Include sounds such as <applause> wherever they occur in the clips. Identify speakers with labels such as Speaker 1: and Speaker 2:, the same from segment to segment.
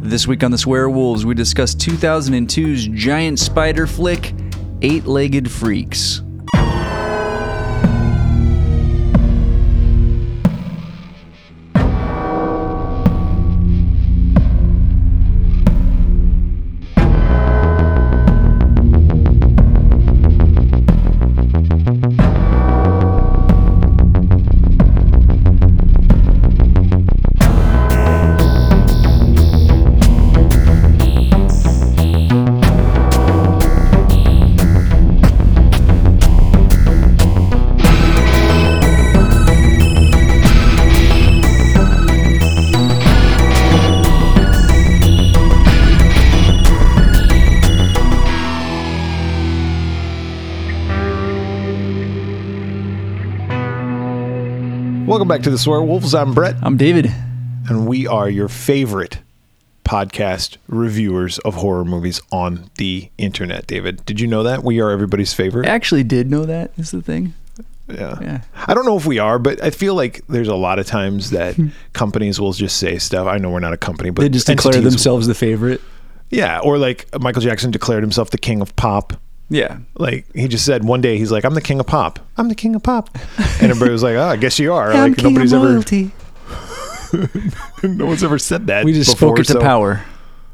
Speaker 1: This week on The Swear Wolves, we discuss 2002's giant spider flick, Eight Legged Freaks.
Speaker 2: Welcome back to the Swear Wolves. I'm Brett,
Speaker 1: I'm David.
Speaker 2: and we are your favorite podcast reviewers of horror movies on the internet. David, did you know that we are everybody's
Speaker 1: I
Speaker 2: favorite?
Speaker 1: actually did know that, is the thing.
Speaker 2: Yeah.
Speaker 1: Yeah.
Speaker 2: I don't know if we are, but I feel like there's a lot of times that companies will just say stuff. I know we're not a company, but
Speaker 1: Hmm. They just declare
Speaker 2: entities-
Speaker 1: themselves the favorite.
Speaker 2: Yeah, or like Michael Jackson declared himself the king of pop.
Speaker 1: Yeah.
Speaker 2: Like he just said one day, he's like, "I'm the king of pop. I'm the king of pop," and everybody was like, "Oh, I guess you
Speaker 1: <laughs>
Speaker 2: are." like nobody's ever, <laughs> no one's ever said that.
Speaker 1: We just spoke
Speaker 2: before,
Speaker 1: it to
Speaker 2: so-
Speaker 1: power.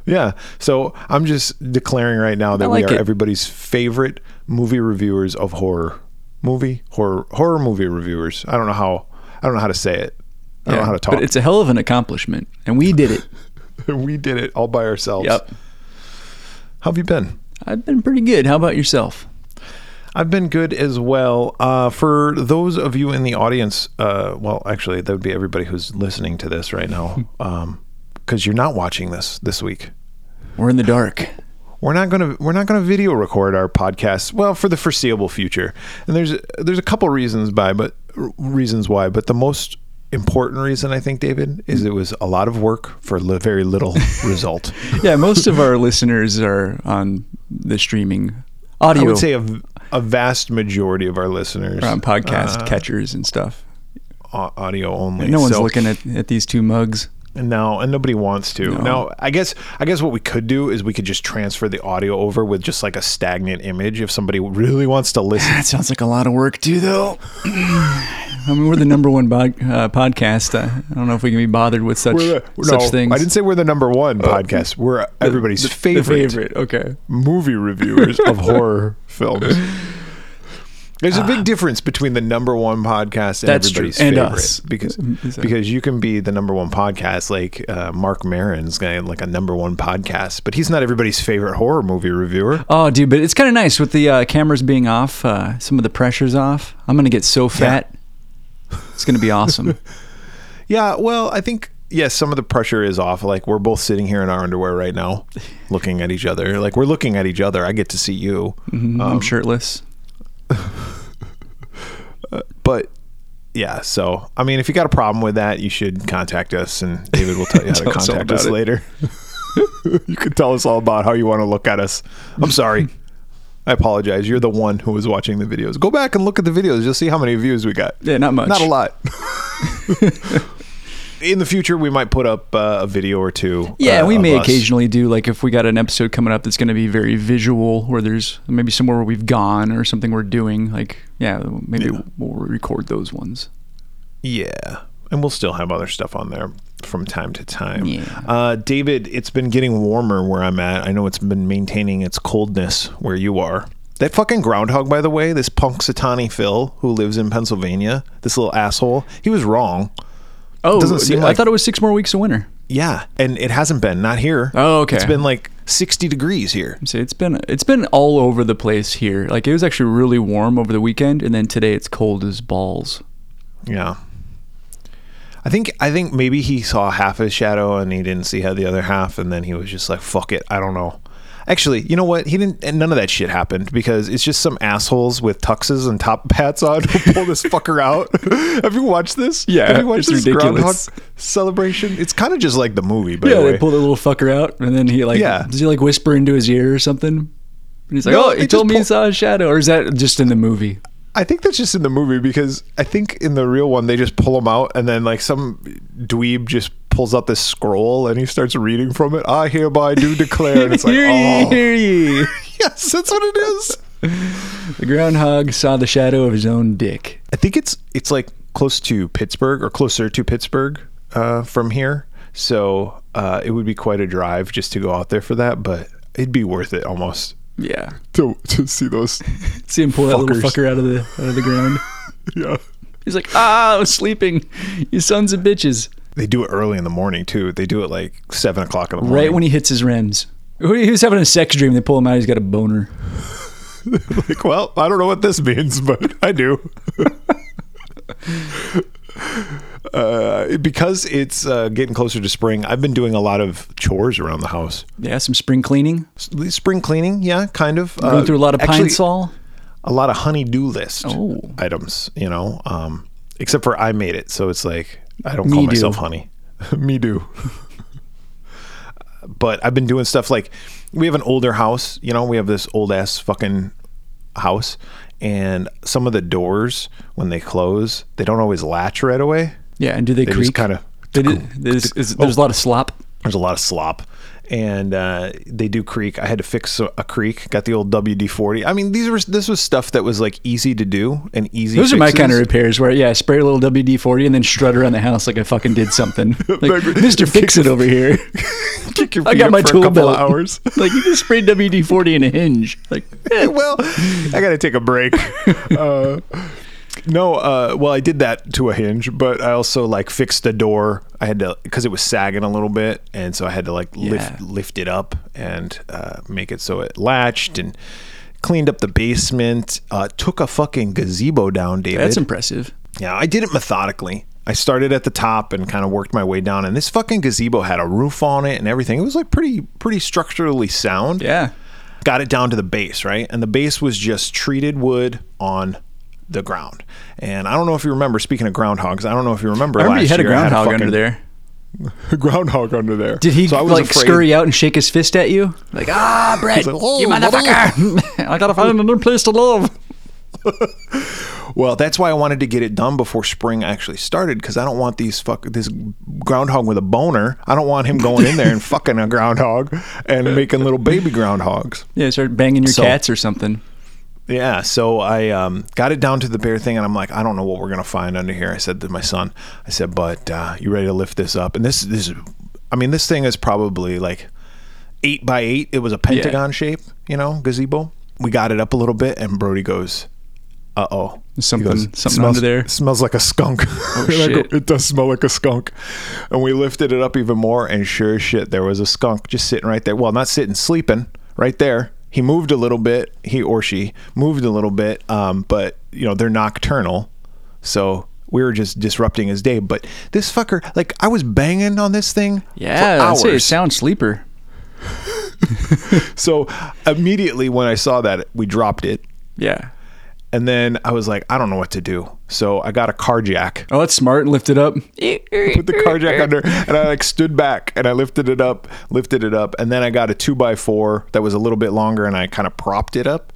Speaker 2: Yeah. So I'm just declaring right now that
Speaker 1: I like
Speaker 2: we are
Speaker 1: it.
Speaker 2: everybody's favorite movie reviewers of horror movie horror horror movie reviewers. I don't know how I don't know how to say it. I don't know how to talk.
Speaker 1: But it's a hell of an accomplishment, and we did
Speaker 2: <laughs>
Speaker 1: it.
Speaker 2: we did it all by ourselves.
Speaker 1: yep.
Speaker 2: How have you been?
Speaker 1: I've been pretty good. How about yourself?
Speaker 2: I've been good as well. Uh, for those of you in the audience, uh, well, actually, that would be everybody who's listening to this
Speaker 1: <laughs>
Speaker 2: right now, because you're not watching this this week.
Speaker 1: We're in the dark.
Speaker 2: we're not gonna we're not gonna video record our podcasts well for the foreseeable future and there's there's a couple reasons by but reasons why but the most important reason i think david is it was a lot of work for li- very little
Speaker 1: <laughs>
Speaker 2: result
Speaker 1: Yeah, most of our <laughs> listeners are on the streaming
Speaker 2: i
Speaker 1: audio.
Speaker 2: would say a, v- a vast majority of our listeners
Speaker 1: on podcast
Speaker 2: uh,
Speaker 1: catchers and stuff.
Speaker 2: au- audio only
Speaker 1: No one's
Speaker 2: So-
Speaker 1: looking at, at these two mugs.
Speaker 2: No, and nobody wants to.
Speaker 1: No.
Speaker 2: Now, I guess I guess what we could do is we could just transfer the audio over with just like a stagnant image if somebody really wants to listen.
Speaker 1: That sounds like a lot of work, too, though. I mean, we're the number one bod- uh, podcast. Uh, I don't know if we can be bothered with such such
Speaker 2: no,
Speaker 1: things.
Speaker 2: I didn't say we're the number one podcast. We're everybody's
Speaker 1: the
Speaker 2: favorite,
Speaker 1: favorite. Okay.
Speaker 2: movie reviewers <laughs> of horror films. There's a big difference between the number one podcast Ah. and Mm,
Speaker 1: That's true.
Speaker 2: everybody's
Speaker 1: And
Speaker 2: favorite
Speaker 1: us.
Speaker 2: because
Speaker 1: Exactly.
Speaker 2: because you can be the number one podcast like uh, Mark Maron's guy like a number one podcast, but he's not everybody's favorite horror movie reviewer.
Speaker 1: Oh, dude, but it's kind of nice with the uh, cameras being off, uh, some of the pressure's off. I'm going to get so fat. It's going to be <laughs> awesome.
Speaker 2: Yeah, well, I think yes, some of the pressure is off. Like we're both sitting here in our underwear right now, looking at each other. Like we're looking at each other. I get to see you.
Speaker 1: I'm shirtless.
Speaker 2: but yeah so i mean if you got a problem with that you should contact us and david will
Speaker 1: <laughs>
Speaker 2: tell you how to
Speaker 1: Tell us all
Speaker 2: contact
Speaker 1: about
Speaker 2: us
Speaker 1: it.
Speaker 2: later <laughs> you can tell us all about how you want to look at us i'm sorry i apologize you're the one who was watching the videos go back and look at the videos you'll see how many views we got
Speaker 1: Yeah, not much.
Speaker 2: not
Speaker 1: <laughs>
Speaker 2: a lot in the future we might put up uh, a video or two
Speaker 1: Yeah,
Speaker 2: uh,
Speaker 1: we
Speaker 2: of
Speaker 1: may
Speaker 2: us.
Speaker 1: occasionally do like if we got an episode coming up that's going to be very visual, where there's maybe somewhere where we've gone or something we're doing. Like, yeah, maybe
Speaker 2: Yeah.
Speaker 1: we'll record those ones.
Speaker 2: Yeah. And we'll still have other stuff on there from time to time.
Speaker 1: Yeah.
Speaker 2: Uh, David, it's been getting warmer where I'm at. I know it's been maintaining its coldness where you are. That fucking groundhog, by the way, this punxsutawney Phil who lives in Pennsylvania, this little asshole, he was wrong.
Speaker 1: Oh,
Speaker 2: Doesn't seem
Speaker 1: I
Speaker 2: like-
Speaker 1: thought it was six more weeks of winter.
Speaker 2: Yeah, and it hasn't been not here.
Speaker 1: Oh, okay.
Speaker 2: It's been like 60 degrees here.
Speaker 1: So it's been it's been all over the place here. Like it was actually really warm over the weekend, and then today it's cold as balls.
Speaker 2: Yeah. I think I think maybe he saw half his shadow and he didn't see the other half, and then he was just like, "Fuck it, I don't know." Actually, you know what? He didn't. And none of that shit happened because it's just some assholes with tuxes and top <laughs> hats on who pull this fucker out. <laughs> Have you watched this?
Speaker 1: Yeah,
Speaker 2: Have you watched
Speaker 1: it's
Speaker 2: this Groundhog
Speaker 1: ridiculous.
Speaker 2: celebration? It's kind of just like the movie, by
Speaker 1: Yeah,
Speaker 2: the way.
Speaker 1: they pull the little fucker out, and then he like
Speaker 2: Yeah.
Speaker 1: does he like whisper into his ear or something? And he's like,
Speaker 2: No,
Speaker 1: "Oh,
Speaker 2: they
Speaker 1: he told
Speaker 2: just
Speaker 1: me he
Speaker 2: pull-
Speaker 1: saw a shadow," or is that just in the movie?
Speaker 2: I think that's just in the movie because I think in the real one they just pull him out and then like some dweeb just pulls out this scroll and he starts reading from it. I hereby do declare. And it's
Speaker 1: <laughs>
Speaker 2: like,
Speaker 1: hear ye,
Speaker 2: oh,
Speaker 1: hear ye.
Speaker 2: <laughs> yes, that's what it is.
Speaker 1: The groundhog saw the shadow of his own dick.
Speaker 2: I think it's it's like close to Pittsburgh or closer to Pittsburgh uh, from here. So uh, it would be quite a drive just to go out there for that, but it'd be worth it almost
Speaker 1: Yeah.
Speaker 2: to to see those.
Speaker 1: See him pull that little
Speaker 2: Fuckers.
Speaker 1: fucker out of the out of the ground.
Speaker 2: <laughs> yeah,
Speaker 1: He's like, ah, I was sleeping. You sons of bitches.
Speaker 2: they do it early in the morning too. They do it like seven o'clock in the morning.
Speaker 1: Right when he hits his REMs. Who- He was having a sex dream. They pull him out. He's got a boner.
Speaker 2: like, <laughs> well, I don't know what this means, but I do. uh, because it's uh, getting closer to spring, I've been doing a lot of chores around the house.
Speaker 1: Yeah, some spring cleaning.
Speaker 2: S- Spring cleaning, yeah, kind of.
Speaker 1: Going
Speaker 2: Uh,
Speaker 1: through a lot of pine
Speaker 2: actually,
Speaker 1: sol.
Speaker 2: A lot of honey-do list
Speaker 1: Oh.
Speaker 2: items, you know, um, except for I made it. So it's like, I don't call
Speaker 1: Me do. <laughs>
Speaker 2: myself honey. Me do. but I've been doing stuff like we have an older house, you know, we have this old ass fucking house and some of the doors when they close, they don't always latch right away.
Speaker 1: Yeah, and do they,
Speaker 2: They
Speaker 1: creak?
Speaker 2: just Oh. kind of
Speaker 1: They did- there's, is- there's a lot of slop.
Speaker 2: there's a lot of slop and uh, they do creak i had to fix a, a creak got the old wd-40 i mean these were this was stuff that was like easy to do and easy
Speaker 1: Those are my
Speaker 2: fixes.
Speaker 1: kind of repairs where, yeah, I spray a little WD-40 and then strut around the house like I fucking did something.
Speaker 2: <laughs>
Speaker 1: Like, Mr. Fix-It over here.
Speaker 2: Kick your
Speaker 1: I
Speaker 2: feet
Speaker 1: got
Speaker 2: up
Speaker 1: my
Speaker 2: for a
Speaker 1: tool
Speaker 2: couple
Speaker 1: belt.
Speaker 2: of <laughs> hours
Speaker 1: <laughs> like, you just sprayed WD-40 in a hinge. Like, eh,
Speaker 2: well i gotta take a <laughs> break uh, no uh, well i did that to a hinge but i also like fixed the door i had to because it was sagging a little bit and so i had to like lift
Speaker 1: Yeah.
Speaker 2: lift it up and uh, make it so it latched and cleaned up the basement uh, took a fucking gazebo down david
Speaker 1: that's impressive.
Speaker 2: Yeah, I did it methodically. I started at the top and kind of worked my way down. And this fucking gazebo had a roof on it and everything. It was like pretty, pretty structurally sound.
Speaker 1: Yeah.
Speaker 2: Got it down to the base, right? And the base was just treated wood on the ground. And I don't know if you remember. Speaking of groundhogs, I don't know if you remember.
Speaker 1: I remember
Speaker 2: last
Speaker 1: you had a
Speaker 2: year, I
Speaker 1: groundhog
Speaker 2: fucking-
Speaker 1: under there.
Speaker 2: <laughs> groundhog under there.
Speaker 1: Did he
Speaker 2: So I was
Speaker 1: like
Speaker 2: afraid-
Speaker 1: scurry out and shake his fist at you? Like, ah, Brett,
Speaker 2: like, "Oh,
Speaker 1: you <laughs> motherfucker! I gotta find another place to live.
Speaker 2: Well, that's why I wanted to get it done before spring actually started because I don't want these fuck this groundhog with a boner. I don't want him going in there and <laughs> fucking a groundhog and making little baby groundhogs.
Speaker 1: Yeah, start banging your
Speaker 2: So-
Speaker 1: cats or something.
Speaker 2: Yeah, so I um, got it down to the bare thing, and I'm like, I don't know what we're gonna find under here. I said to my son, I said, but uh, you ready to lift this up? And this this, is- I mean, this thing is probably like eight by eight. It was a pentagon shape, you know, gazebo. We got it up a little bit, and Brody goes, "Uh oh,
Speaker 1: Something- something
Speaker 2: smells,
Speaker 1: under there."
Speaker 2: smells <laughs> like a skunk." Oh,
Speaker 1: shit.
Speaker 2: it does smell like a skunk. And we lifted it up even more, and sure as shit, there was a skunk just sitting right there. Well, not sitting, sleeping right there. He moved a little bit. He or she moved a little bit, um, but you know they're nocturnal, so we were just disrupting his day. But this fucker, like I was banging on this thing
Speaker 1: Yeah,
Speaker 2: for
Speaker 1: I'd say a
Speaker 2: hours.
Speaker 1: sound sleeper.
Speaker 2: so immediately when I saw that, we dropped it,
Speaker 1: Yeah.
Speaker 2: and then I was like, I don't know what to do. So I got a car jack.
Speaker 1: Oh, that's smart. Lift it up.
Speaker 2: put the car jack under and I like stood back and I lifted it up, lifted it up, and then I got a two by four that was a little bit longer and I kind of propped it up.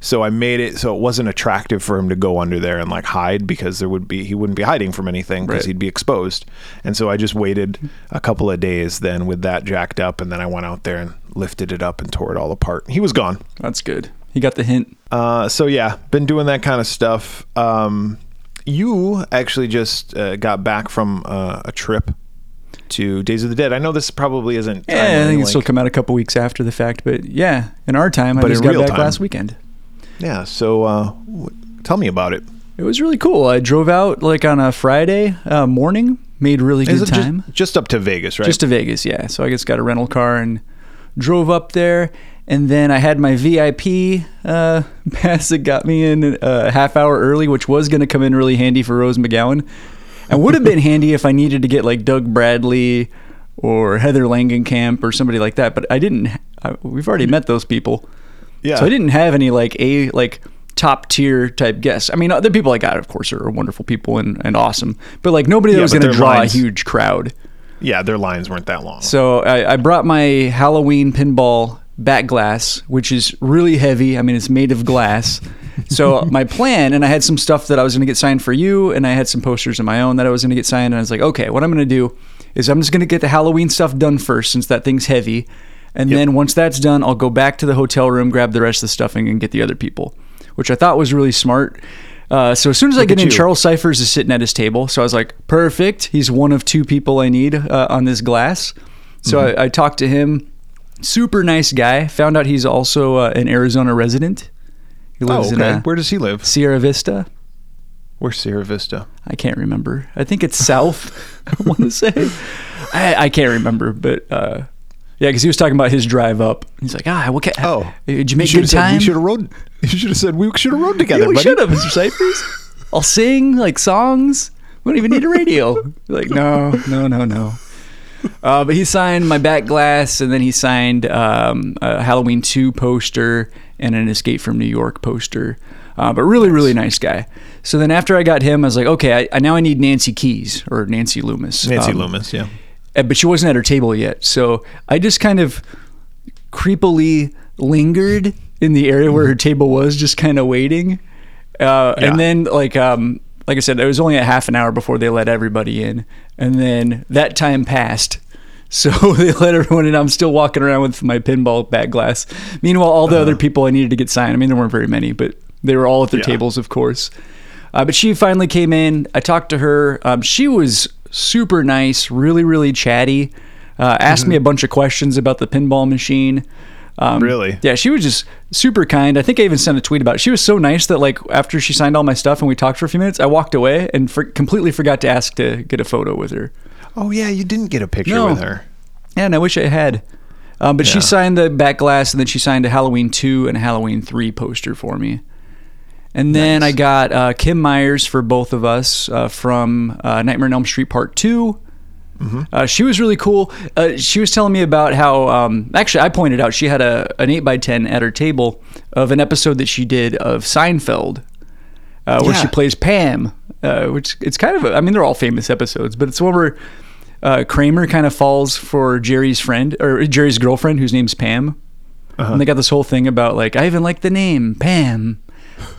Speaker 2: So I made it so it wasn't attractive for him to go under there and like hide because there would be he wouldn't be hiding from anything because
Speaker 1: Right.
Speaker 2: he'd be exposed. And so I just waited a couple of days then with that jacked up and then I went out there and lifted it up and tore it all apart. He was gone.
Speaker 1: That's good. He got the hint.
Speaker 2: Uh, so yeah, been doing that kind of stuff. Um, you actually just uh, got back from uh, a trip to Days of the Dead. I know this probably isn't.
Speaker 1: Yeah, I
Speaker 2: timely,
Speaker 1: think
Speaker 2: like-
Speaker 1: it'll still come out a couple weeks after the fact, but yeah, in our time, I
Speaker 2: But
Speaker 1: just
Speaker 2: in
Speaker 1: got
Speaker 2: real
Speaker 1: back
Speaker 2: time.
Speaker 1: last weekend.
Speaker 2: yeah. So uh, w- tell me about it.
Speaker 1: It was really cool. I drove out like on a Friday uh, morning, made really
Speaker 2: Is
Speaker 1: good
Speaker 2: it just-
Speaker 1: time.
Speaker 2: Just, up to Vegas, right?
Speaker 1: Just to Vegas, yeah. So I just got a rental car and drove up there. And then I had my VIP uh, <laughs> pass that got me in uh, a half hour early, which was going to come in really handy for Rose McGowan. And would have
Speaker 2: <laughs>
Speaker 1: been handy if I needed to get like Doug Bradley or Heather Langenkamp or somebody like that. But I didn't. I, we've already met those people.
Speaker 2: yeah.
Speaker 1: So I didn't have any like a like top tier type guests. I mean, the people I got, of course, are wonderful people and, and awesome, but like nobody that
Speaker 2: Yeah,
Speaker 1: was
Speaker 2: but
Speaker 1: going to
Speaker 2: their
Speaker 1: draw
Speaker 2: lines-
Speaker 1: a huge crowd.
Speaker 2: Yeah, their lines weren't that long.
Speaker 1: So I, I brought my Halloween pinball back glass, which is really heavy. I mean, it's made of glass. So my plan, and I had some stuff that I was going to get signed for you, and I had some posters of my own that I was going to get signed. And I was like, okay, what I'm going to do is I'm just gonna get the Halloween stuff done first since that thing's heavy, and
Speaker 2: Yep.
Speaker 1: then once that's done, I'll go back to the hotel room, grab the rest of the stuffing, and get the other people, which I thought was really smart. Uh, so as soon as I
Speaker 2: Look
Speaker 1: get
Speaker 2: at
Speaker 1: in,
Speaker 2: you.
Speaker 1: Charles Cyphers is sitting at his table, so I was like, perfect. He's one of two people I need uh, on this glass. So
Speaker 2: Mm-hmm.
Speaker 1: I, I talked to him. Super nice guy. Found out he's also uh, an Arizona resident. He
Speaker 2: Oh,
Speaker 1: lives
Speaker 2: okay.
Speaker 1: in uh,
Speaker 2: Where does he live?
Speaker 1: Sierra Vista.
Speaker 2: Where's Sierra Vista?
Speaker 1: I can't remember. I think it's south. <laughs> I want to say. I, I can't remember, but uh, yeah, because he was talking about his drive up. He's like, ah, what? Ca-
Speaker 2: Oh.
Speaker 1: did you make
Speaker 2: should
Speaker 1: good
Speaker 2: have said
Speaker 1: time?
Speaker 2: we should have rode. <laughs> You should have said we should have rode together.
Speaker 1: yeah, we
Speaker 2: buddy.
Speaker 1: should have, Mr. Cyphers. I'll sing like songs. We don't even need a radio. like, no, no, no, no. Uh, but he signed my back glass, and then he signed um, a Halloween two poster and an Escape from New York poster. Uh, but really, really nice guy. So then after I got him, I was like, okay, I, I now I need Nancy Keys or Nancy Loomis.
Speaker 2: Nancy
Speaker 1: Um,
Speaker 2: Loomis. Yeah.
Speaker 1: uh, but she wasn't at her table yet. So I just kind of creepily lingered in the area where her table was, just kind of waiting. Uh,
Speaker 2: Yeah.
Speaker 1: And then, like, um, like I said, it was only a half an hour before they let everybody in, and then that time passed. <laughs> So they let everyone in. I'm still walking around with my pinball back glass. Meanwhile, all the other people I needed to get signed. I mean, there weren't very many, but they were all at their
Speaker 2: Yeah.
Speaker 1: tables, of course. Uh, but she finally came in. I talked to her. Um, she was super nice, really, really chatty. Uh, asked me a bunch of questions about the pinball machine. Um,
Speaker 2: Really?
Speaker 1: Yeah, she was just super kind. I think I even sent a tweet about it. She was so nice that, like, after she signed all my stuff and we talked for a few minutes, I walked away and for- completely forgot to ask to get a photo with her.
Speaker 2: Oh yeah, you didn't get a picture
Speaker 1: No.
Speaker 2: with her.
Speaker 1: Yeah, and I wish I had. Um, but she
Speaker 2: Yeah.
Speaker 1: signed the back glass, and then she signed a Halloween two and a Halloween three poster for me. And then
Speaker 2: Nice.
Speaker 1: I got uh, Kim Myers for both of us uh, from uh, Nightmare on Elm Street Part 2
Speaker 2: Mm-hmm.
Speaker 1: Uh, she was really cool. Uh, she was telling me about how um, actually I pointed out she had a an eight by ten at her table of an episode that she did of Seinfeld, uh, where she
Speaker 2: Yeah.
Speaker 1: plays Pam, uh, which it's kind of a, I mean they're all famous episodes, but it's one where uh, Kramer kind of falls for Jerry's friend or Jerry's girlfriend whose name's Pam, and they got this whole thing about like I even like the name Pam.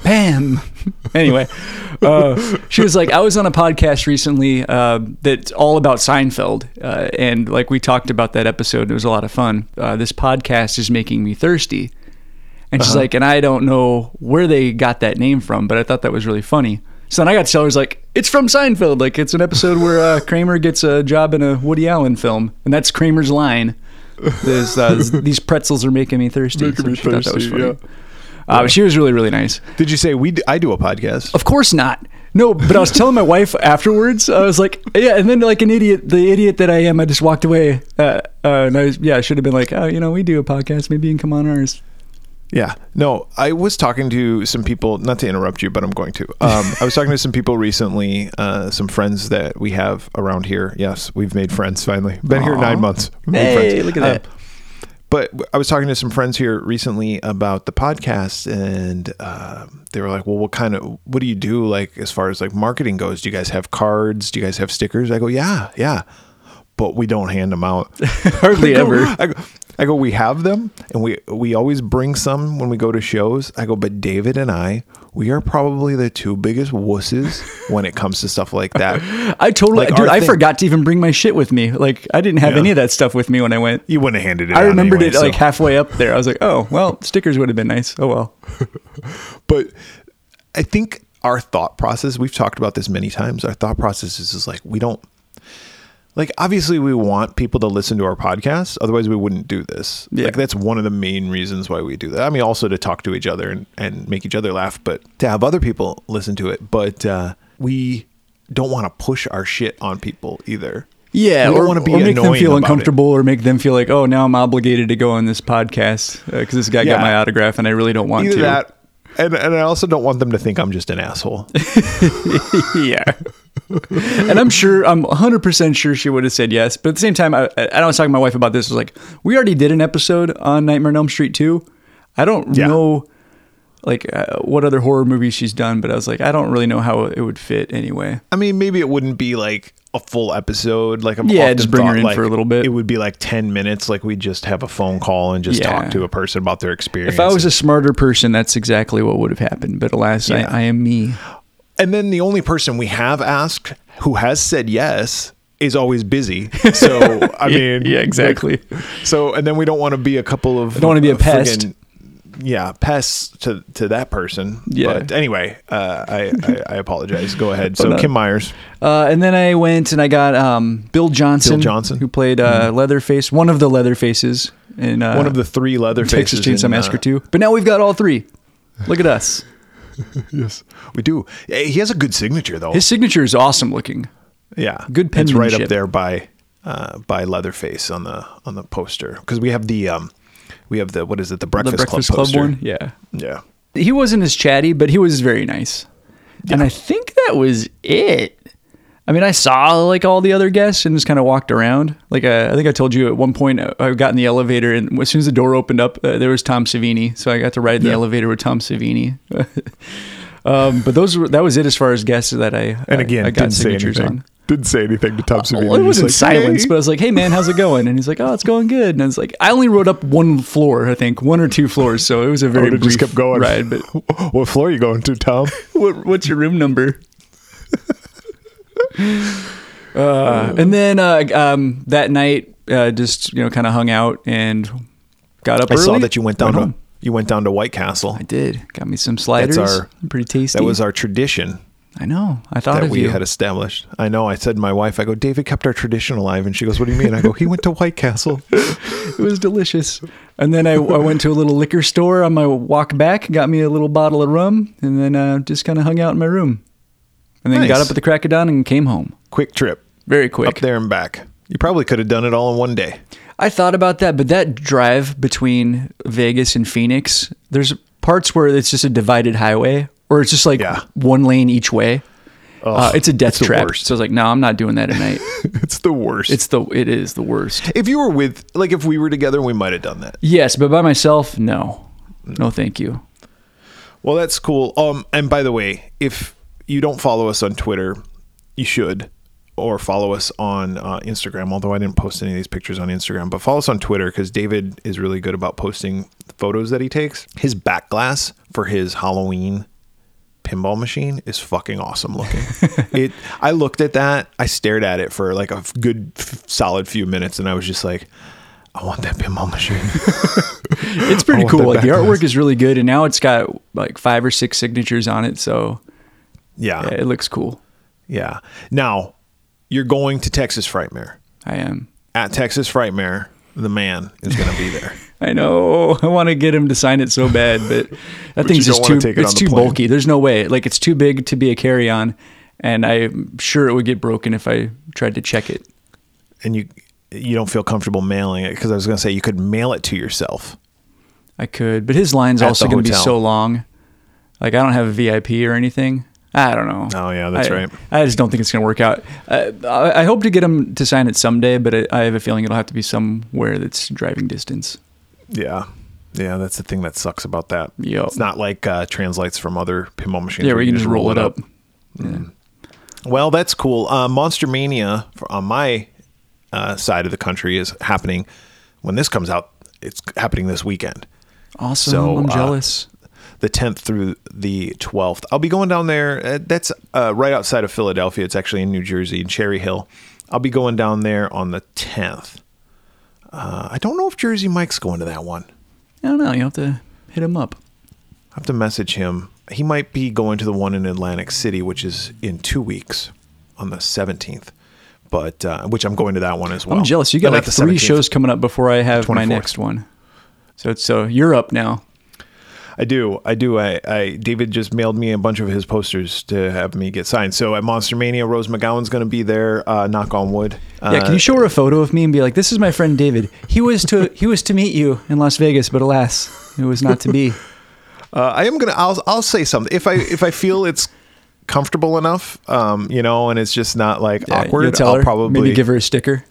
Speaker 1: Pam. <laughs> anyway, uh, she was like, I was on a podcast recently uh, that's all about Seinfeld, uh, and like we talked about that episode. And it was a lot of fun. Uh, this podcast is making me thirsty, and
Speaker 2: Uh-huh.
Speaker 1: she's like, and I don't know where they got that name from, but I thought that was really funny. So then I got to tell her, I was like, it's from Seinfeld. Like it's an episode where
Speaker 2: <laughs>
Speaker 1: uh, Kramer gets a job in a Woody Allen film, and that's Kramer's line. There's,
Speaker 2: <laughs>
Speaker 1: uh, these pretzels are making me thirsty.
Speaker 2: Making me
Speaker 1: she thought that was
Speaker 2: thirsty,
Speaker 1: funny. Uh, but she was really, really nice.
Speaker 2: Did you say we? D- I do a podcast.
Speaker 1: Of course not. No, but I was telling my wife afterwards. I was like, yeah, and then like an idiot, the idiot that I am, I just walked away. Uh, uh, and I was, yeah, I should have been like, oh, you know, we do a podcast. Maybe you can come on ours.
Speaker 2: Yeah. No, I was talking to some people, not to interrupt you, but I'm going to. Um, I was talking to some people recently, uh, some friends that we have around here. Yes, we've made friends finally. Been here
Speaker 1: Aw.
Speaker 2: nine months. We've made
Speaker 1: Hey,
Speaker 2: friends.
Speaker 1: look at
Speaker 2: Uh,
Speaker 1: that.
Speaker 2: but w- I was talking to some friends here recently about the podcast, and uh, they were like, "Well, what kind of what do you do like as far as like marketing goes? Do you guys have cards? Do you guys have stickers?" I go, "Yeah, yeah." But we don't hand them out.
Speaker 1: <laughs> Hardly
Speaker 2: I go-
Speaker 1: ever.
Speaker 2: I go, I go, we have them and we we always bring some when we go to shows. I go, but David and I, we are probably the two biggest wusses when it comes to stuff
Speaker 1: <laughs>
Speaker 2: like that.
Speaker 1: I totally,
Speaker 2: Like,
Speaker 1: dude,
Speaker 2: our
Speaker 1: I
Speaker 2: thing-
Speaker 1: forgot to even bring my shit with me. Like, I didn't have
Speaker 2: Yeah.
Speaker 1: any of that stuff with me when I went.
Speaker 2: You wouldn't have handed it
Speaker 1: I
Speaker 2: out
Speaker 1: remembered
Speaker 2: anyway,
Speaker 1: it like
Speaker 2: so-
Speaker 1: halfway up there. I was like, oh, well, stickers would have been nice. Oh, well.
Speaker 2: but I think our thought process, we've talked about this many times. Our thought process is just like, we don't, like, obviously, we want people to listen to our podcast. Otherwise, we wouldn't do this.
Speaker 1: Yeah.
Speaker 2: Like, that's one of the main reasons why we do that. I mean, also to talk to each other and, and make each other laugh, but to have other people listen to it. But uh, we don't want to push our shit on people either.
Speaker 1: Yeah,
Speaker 2: We don't
Speaker 1: or,
Speaker 2: wanna be
Speaker 1: or make them
Speaker 2: annoying
Speaker 1: feel
Speaker 2: about it.
Speaker 1: uncomfortable, or make them feel like, oh, now I'm obligated to go on this podcast because this guy
Speaker 2: Yeah.
Speaker 1: got my autograph, and I really don't want
Speaker 2: Either
Speaker 1: to.
Speaker 2: that. And, and I also don't want them to think I'm just an asshole.
Speaker 1: yeah. and I'm sure, I'm 100% sure she would have said yes. But at the same time, I, I I was talking to my wife about this. I was like, we already did an episode on Nightmare on Elm Street 2. I don't
Speaker 2: Yeah.
Speaker 1: know, like, uh, what other horror movies she's done, but I was like, I don't really know how it would fit anyway.
Speaker 2: I mean, maybe it wouldn't be like a full episode. Like, I'm
Speaker 1: Yeah,
Speaker 2: often
Speaker 1: just bring her
Speaker 2: thought,
Speaker 1: in
Speaker 2: like,
Speaker 1: for a little bit.
Speaker 2: It would be like ten minutes. Like we just have a phone call and just
Speaker 1: Yeah.
Speaker 2: talk to a person about their experience.
Speaker 1: If I was a smarter person, that's exactly what would have happened. But alas,
Speaker 2: Yeah.
Speaker 1: I, I am me.
Speaker 2: and then the only person we have asked who has said yes is
Speaker 1: <laughs>
Speaker 2: always busy. So I
Speaker 1: Yeah,
Speaker 2: mean,
Speaker 1: yeah, exactly.
Speaker 2: like, so and then we don't want to be a couple of
Speaker 1: don't wanna be a
Speaker 2: uh,
Speaker 1: pest.
Speaker 2: friggin- yeah, pests to to that person.
Speaker 1: Yeah.
Speaker 2: But anyway, uh, I, I I apologize.
Speaker 1: <laughs>
Speaker 2: Go ahead.
Speaker 1: Oh,
Speaker 2: So
Speaker 1: no.
Speaker 2: Kim Myers.
Speaker 1: Uh, and then I went and I got um, Bill Johnson,
Speaker 2: Bill Johnson. Mm-hmm.
Speaker 1: who played uh, Leatherface, one of the Leatherfaces in uh,
Speaker 2: one of the three uh, leather
Speaker 1: Texas Chainsaw Massacre two. But now we've got all three. Look at us.
Speaker 2: Yes, we do. Eh, He has a good signature though.
Speaker 1: His signature is awesome looking.
Speaker 2: yeah,
Speaker 1: good
Speaker 2: It's right
Speaker 1: penmanship.
Speaker 2: up there by uh, by Leatherface on the on the poster because we have the um we have the what is it the Breakfast,
Speaker 1: the Breakfast
Speaker 2: Club,
Speaker 1: Club,
Speaker 2: poster.
Speaker 1: one. Yeah.
Speaker 2: Yeah.
Speaker 1: He wasn't as chatty, but he was very nice. And I think that was it. I mean, I saw like all the other guests and just kind of walked around. Like uh, I think I told you at one point, uh, I got in the elevator, and as soon as the door opened up, uh, there was Tom Savini. So I got to ride in the elevator with Tom Savini. <laughs> um, but those were, that was it as far as guests that I
Speaker 2: And
Speaker 1: I-
Speaker 2: again,
Speaker 1: I, got
Speaker 2: didn't say
Speaker 1: signatures
Speaker 2: anything.
Speaker 1: on.
Speaker 2: Didn't say anything to Tom Savini.
Speaker 1: Well, it
Speaker 2: He's
Speaker 1: was in
Speaker 2: like,
Speaker 1: silence,
Speaker 2: "Hey."
Speaker 1: but I was like, "Hey man, how's it going?" And he's like, "Oh, it's going good." And I was like, "I only rode up one floor, I think, one or two floors, so it was a very
Speaker 2: would've
Speaker 1: brief
Speaker 2: Oh, just kept going.
Speaker 1: ride." But
Speaker 2: <laughs> what floor are you going to, Tom?
Speaker 1: what, what's your room number? <laughs> uh, and then uh, um, that night, uh, just you know, kind of hung out and got up.
Speaker 2: I saw
Speaker 1: early,
Speaker 2: that you went down
Speaker 1: home.
Speaker 2: to you went down to White Castle.
Speaker 1: I did. Got me some sliders.
Speaker 2: our-
Speaker 1: pretty tasty.
Speaker 2: That was our tradition
Speaker 1: I know. I thought
Speaker 2: that
Speaker 1: of
Speaker 2: we
Speaker 1: you.
Speaker 2: had established. I know. I said to my wife, I go, David kept our tradition alive, and she goes, What do you mean? I go, He went to White Castle. <laughs>
Speaker 1: it was delicious. And then I, I went to a little liquor store on my walk back, got me a little bottle of rum, and then uh, just kind of hung out in my room. And then
Speaker 2: Nice.
Speaker 1: got up at the crack of dawn and came home
Speaker 2: Quick trip
Speaker 1: very
Speaker 2: up
Speaker 1: quick.
Speaker 2: there and back. You probably could have done it all in one day.
Speaker 1: I thought about that, but that drive between Vegas and Phoenix, there's parts where it's just a divided highway, or it's just like
Speaker 2: Yeah.
Speaker 1: one lane each way. uh, it's a death
Speaker 2: it's the
Speaker 1: trap.
Speaker 2: worst.
Speaker 1: So I was like, no, I'm not doing that at
Speaker 2: <laughs>
Speaker 1: night.
Speaker 2: <laughs> It's the worst.
Speaker 1: it's the it is the worst.
Speaker 2: if you were with, like, if we were together, we might have done that.
Speaker 1: Yes, but by myself, no, no, thank you.
Speaker 2: Well, that's cool. Um, and by the way, if you don't follow us on Twitter, you should, or follow us on uh, Instagram. Although I didn't post any of these pictures on Instagram, but follow us on Twitter because David is really good about posting photos that he takes. His back glass for his Halloween pinball machine is fucking awesome looking. it. I looked at that. I stared at it for like a f- good, f- solid few minutes, and I was just like, I want that pinball machine. <laughs>
Speaker 1: It's pretty
Speaker 2: want
Speaker 1: cool.
Speaker 2: that
Speaker 1: Like the
Speaker 2: back
Speaker 1: artwork is really good, and now it's got like five or six signatures on it, so
Speaker 2: yeah.
Speaker 1: yeah, it looks cool.
Speaker 2: Yeah. Now, you're going to Texas Frightmare.
Speaker 1: I am.
Speaker 2: At Texas Frightmare, the man is going to
Speaker 1: <laughs>
Speaker 2: be there.
Speaker 1: I know. <laughs> I want to get him to sign it so bad,
Speaker 2: <laughs>
Speaker 1: but that
Speaker 2: you
Speaker 1: thing's just
Speaker 2: don't
Speaker 1: too
Speaker 2: wanna take it
Speaker 1: it's
Speaker 2: on the
Speaker 1: too
Speaker 2: plane.
Speaker 1: bulky. There's no way. Like it's too big to be a carry-on, and I'm sure it would get broken if I tried to check it.
Speaker 2: and you you don't feel comfortable mailing it because I was going to say you could mail it to yourself.
Speaker 1: I could, but his line's
Speaker 2: At
Speaker 1: also
Speaker 2: the
Speaker 1: going to be
Speaker 2: hotel.
Speaker 1: so long. Like I don't have a VIP or anything. I don't know.
Speaker 2: Oh, yeah, that's
Speaker 1: I-
Speaker 2: right.
Speaker 1: I just don't think it's going to work out. Uh, I, I hope to get him to sign it someday, but I, I have a feeling it'll have to be somewhere that's driving distance.
Speaker 2: Yeah. Yeah, that's the thing that sucks about that.
Speaker 1: Yep.
Speaker 2: It's not like uh, translates from other pinball machines.
Speaker 1: Yeah,
Speaker 2: where
Speaker 1: we can just roll it up.
Speaker 2: Well, that's cool. Uh, Monster Mania for, on my uh, side of the country is happening when this comes out. It's happening this weekend.
Speaker 1: Awesome.
Speaker 2: So,
Speaker 1: I'm
Speaker 2: uh,
Speaker 1: jealous.
Speaker 2: the 10th through the 12th. I'll be going down there. Uh, that's uh, right outside of Philadelphia. It's actually in New Jersey, in Cherry Hill. I'll be going down there on the 10th. Uh, I don't know if Jersey Mike's going to that one.
Speaker 1: I don't know. You have to hit him up.
Speaker 2: I have to message him. He might be going to the one in Atlantic City, which is in two weeks on the 17th. But uh, which I'm going to that one as well.
Speaker 1: I'm jealous. You got
Speaker 2: No,
Speaker 1: like
Speaker 2: not the
Speaker 1: three
Speaker 2: 17th.
Speaker 1: shows coming up before I have my
Speaker 2: 24th.
Speaker 1: next one. So it's so you're up now.
Speaker 2: I do. I do. I, I David just mailed me a bunch of his posters to have me get signed. So at Monster Mania, Rose McGowan's going to be there. Uh, knock on wood. Uh,
Speaker 1: Yeah, can you show her a photo of me and be like, "This is my friend David. He was <laughs> to he was to meet you in Las Vegas, but alas, it was not to <laughs> be."
Speaker 2: Uh, I am gonna. I'll I'll say something if I if I feel it's comfortable enough, um, you know, and it's just not like
Speaker 1: Yeah,
Speaker 2: awkward.
Speaker 1: you'll tell
Speaker 2: I'll
Speaker 1: her,
Speaker 2: probably
Speaker 1: maybe give her a sticker.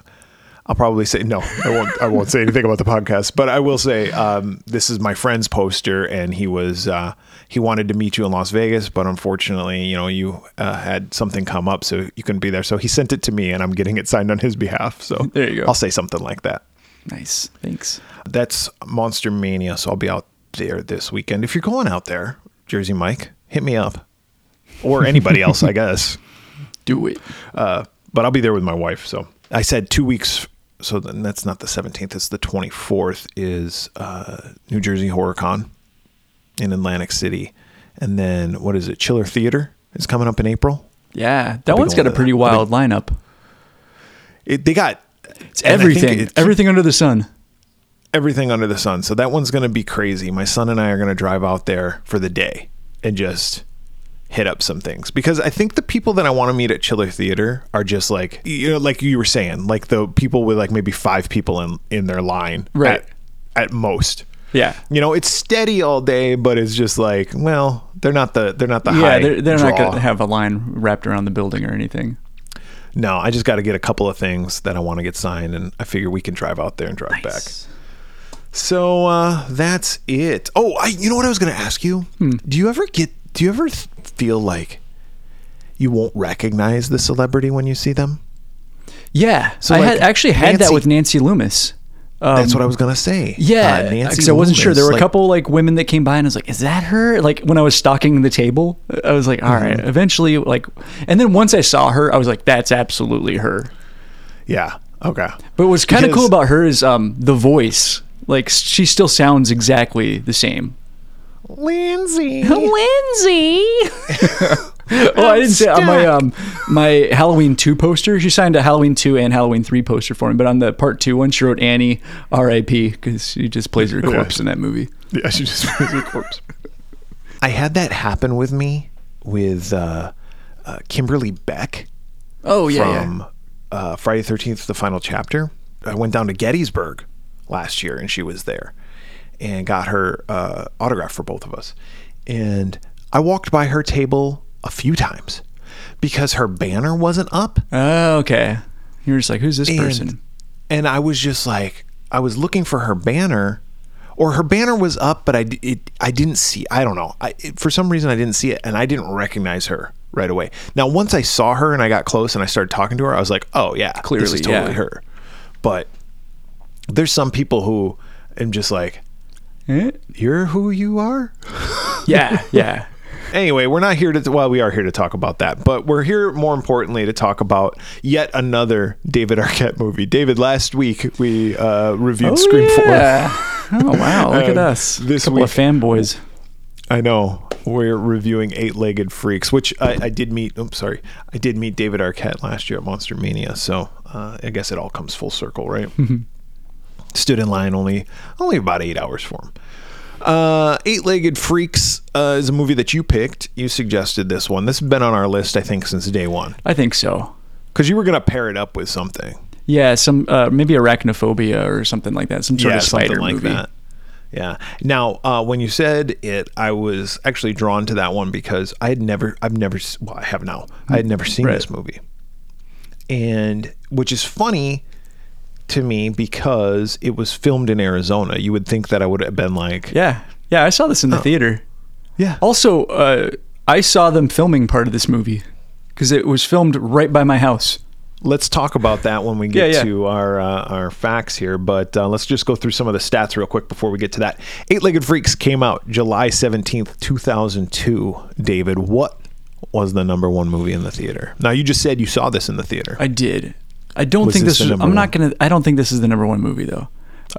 Speaker 2: I'll probably say no. I won't. I won't say anything about the podcast, but I will say um, this is my friend's poster, and he was uh, he wanted to meet you in Las Vegas, but unfortunately, you know, you uh, had something come up, so you couldn't be there. So he sent it to me, and I'm getting it signed on his behalf. So
Speaker 1: <laughs> There you go.
Speaker 2: I'll say something like that.
Speaker 1: Nice, thanks.
Speaker 2: That's Monster Mania, so I'll be out there this weekend. If you're going out there, Jersey Mike, hit me up, or anybody else, I guess.
Speaker 1: Do it.
Speaker 2: Uh, But I'll be there with my wife. So I said two weeks. So then that's not the 17th. It's the 24th. Is uh, New Jersey Horror Con in Atlantic City, and then what is it? Chiller Theater is coming up in April.
Speaker 1: Yeah, that
Speaker 2: be
Speaker 1: one's
Speaker 2: going
Speaker 1: got a
Speaker 2: to
Speaker 1: pretty
Speaker 2: that.
Speaker 1: wild lineup.
Speaker 2: It, they got
Speaker 1: It's
Speaker 2: and I think
Speaker 1: everything,
Speaker 2: it's-
Speaker 1: everything under the sun.
Speaker 2: everything under the sun. So that one's going to be crazy. My son and I are going to drive out there for the day and just hit up some things because I think the people that I want to meet at Chiller Theater are just like you know, like you were saying, like the people with like maybe five people in in their line,
Speaker 1: Right.
Speaker 2: At, at most.
Speaker 1: Yeah,
Speaker 2: You know, it's steady all day, but it's just like, well, they're not the they're not the
Speaker 1: yeah,
Speaker 2: high.
Speaker 1: they're, they're not
Speaker 2: draw.
Speaker 1: going to have a line wrapped around the building or anything.
Speaker 2: No, I just got to get a couple of things that I want to get signed, and I figure we can drive out there and drive back. So uh, that's it. Oh, I you know what I was going to ask you?
Speaker 1: Hmm.
Speaker 2: Do you ever get? Do you ever th- feel like you won't recognize the celebrity when you see them?
Speaker 1: Yeah, I
Speaker 2: like,
Speaker 1: had actually had that
Speaker 2: Nancy-
Speaker 1: with Nancy Loomis. Um,
Speaker 2: That's what I was going to say.
Speaker 1: Yeah,
Speaker 2: Uh, Nancy
Speaker 1: because I wasn't sure.
Speaker 2: Loomis,
Speaker 1: There were
Speaker 2: like-
Speaker 1: a couple like women that came by, and I was like, "Is that her?" Like when I was stalking the table, I was like, "All right."
Speaker 2: Mm-hmm.
Speaker 1: Eventually, like, and then once I saw her, I was like, "That's absolutely her."
Speaker 2: Yeah. Okay.
Speaker 1: But what's kind of
Speaker 2: Because-
Speaker 1: cool about her is um, the voice. Like she still sounds exactly the same. <laughs>
Speaker 2: Lindsay.
Speaker 1: Lindsay. oh, I didn't say on my um my Halloween two poster. She signed a Halloween two and Halloween three poster for me. But on the part two one, she wrote Annie R.I.P. because she just plays
Speaker 2: <laughs>
Speaker 1: her corpse in that movie.
Speaker 2: Yeah, she just was a corpse. I had that happen with me with uh, uh, Kimberly Beck
Speaker 1: Oh
Speaker 2: from Uh, Friday Thirteenth, the final chapter. I went down to Gettysburg last year, and she was there, and got her uh, autograph for both of us. And I walked by her table a few times because her banner wasn't up,
Speaker 1: Oh, okay. You're just like, who's this person?
Speaker 2: and I was just like, I was looking for her banner, or her banner was up, but I d- it, I didn't see. I don't know. I it, for some reason I didn't see it, and I didn't recognize her right away. Now once I saw her and I got close and I started talking to her, I was like, oh yeah, this
Speaker 1: Clearly,
Speaker 2: is totally
Speaker 1: yeah.
Speaker 2: her. But there's some people who am just like,
Speaker 1: Eh?
Speaker 2: you're who you are.
Speaker 1: Yeah, <laughs> yeah.
Speaker 2: Anyway, we're not here to, well, we are here to talk about that, but we're here more importantly to talk about yet another David Arquette movie. David, last week we uh, reviewed Scream <laughs> 4.
Speaker 1: Oh wow, look at
Speaker 2: Um,
Speaker 1: us.
Speaker 2: this
Speaker 1: This couple of
Speaker 2: week-
Speaker 1: fanboys.
Speaker 2: I know. We're reviewing Eight Legged Freaks, which I, I did meet. Oops, sorry. I did meet David Arquette last year at Monster Mania, so uh, I guess it all comes full circle, right? Stood in line only only about eight hours for him. Uh, Eight Legged Freaks uh, is a movie that you picked. You suggested this one. This has been on our list, I think, since day one.
Speaker 1: I think so.
Speaker 2: because you were going to pair it up with something.
Speaker 1: Yeah, some uh, maybe arachnophobia or something like that. Some sort of spider movie.
Speaker 2: Yeah. Now, uh, when you said it, I was actually drawn to that one because I had never, I've never, s- well, I have now, I had never seen
Speaker 1: Right.
Speaker 2: this movie, and which is funny to me because it was filmed in Arizona. You would think that I would have been like,
Speaker 1: Yeah, yeah. I saw this in the theater.
Speaker 2: yeah,
Speaker 1: Also, uh, I saw them filming part of this movie because it was filmed right by my house.
Speaker 2: Let's talk about that when we get
Speaker 1: Yeah, yeah.
Speaker 2: to our uh, our facts here, but uh, let's just go through some of the stats real quick before we get to that. Eight Legged Freaks came out July seventeenth, two thousand two. David, what was the number one movie in the theater? Now you just said you saw this in the theater.
Speaker 1: I did. I don't
Speaker 2: Was
Speaker 1: think
Speaker 2: this
Speaker 1: this.
Speaker 2: the
Speaker 1: was, I'm
Speaker 2: number
Speaker 1: not gonna. I don't think this is the number one movie though.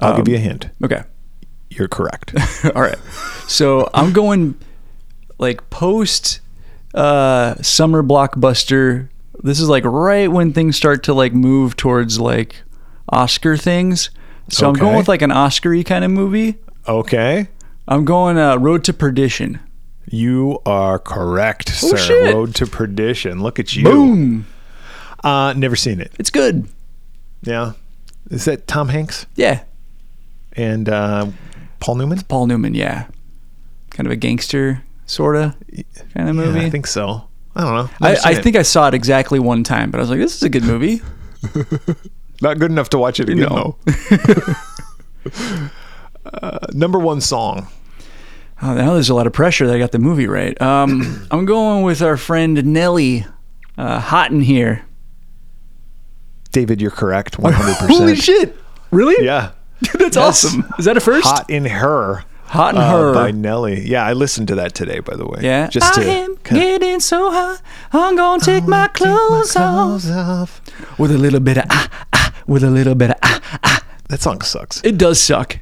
Speaker 2: I'll
Speaker 1: um,
Speaker 2: give you a hint.
Speaker 1: Okay.
Speaker 2: You're correct. <laughs>
Speaker 1: <laughs> All right. So I'm going like post uh, summer blockbuster. This is like right when things start to like move towards like Oscar things. So I'm going
Speaker 2: Okay.
Speaker 1: with like an Oscar-y kind of movie.
Speaker 2: okay,
Speaker 1: I'm going uh, Road to Perdition.
Speaker 2: you are correct, sir.
Speaker 1: Oh, shit.
Speaker 2: Road to Perdition. Look at you.
Speaker 1: Boom.
Speaker 2: Uh, never seen it.
Speaker 1: It's good.
Speaker 2: Yeah, is that Tom Hanks
Speaker 1: Yeah.
Speaker 2: and uh, Paul Newman?
Speaker 1: Paul Newman, yeah. Kind of a gangster sorta kind of movie.
Speaker 2: Yeah, I think so. I don't know.
Speaker 1: I,
Speaker 2: Never seen
Speaker 1: I
Speaker 2: it.
Speaker 1: think I saw it exactly one time, but I was like, this is a good movie.
Speaker 2: Not good enough to watch it again,
Speaker 1: No.
Speaker 2: though. uh, number one song.
Speaker 1: Oh, now there's a lot of pressure that I got the movie right. Um, I'm going with our friend Nelly uh, Houghton here.
Speaker 2: David,
Speaker 1: <laughs>
Speaker 2: you're correct. 100%.
Speaker 1: shit! Really?
Speaker 2: Yeah.
Speaker 1: <laughs> That's awesome. Is that a first?
Speaker 2: Hot in her.
Speaker 1: Hot and
Speaker 2: uh,
Speaker 1: Her.
Speaker 2: by Nelly. Yeah, I listened to that today, by the way.
Speaker 1: yeah.
Speaker 2: just
Speaker 1: I
Speaker 2: to
Speaker 1: am
Speaker 2: kinda-
Speaker 1: getting so hot. I'm gonna take my
Speaker 2: Take my
Speaker 1: clothes off
Speaker 2: clothes off.
Speaker 1: with a little bit of ah ah with a little bit of ah ah.
Speaker 2: That song sucks.
Speaker 1: It does suck.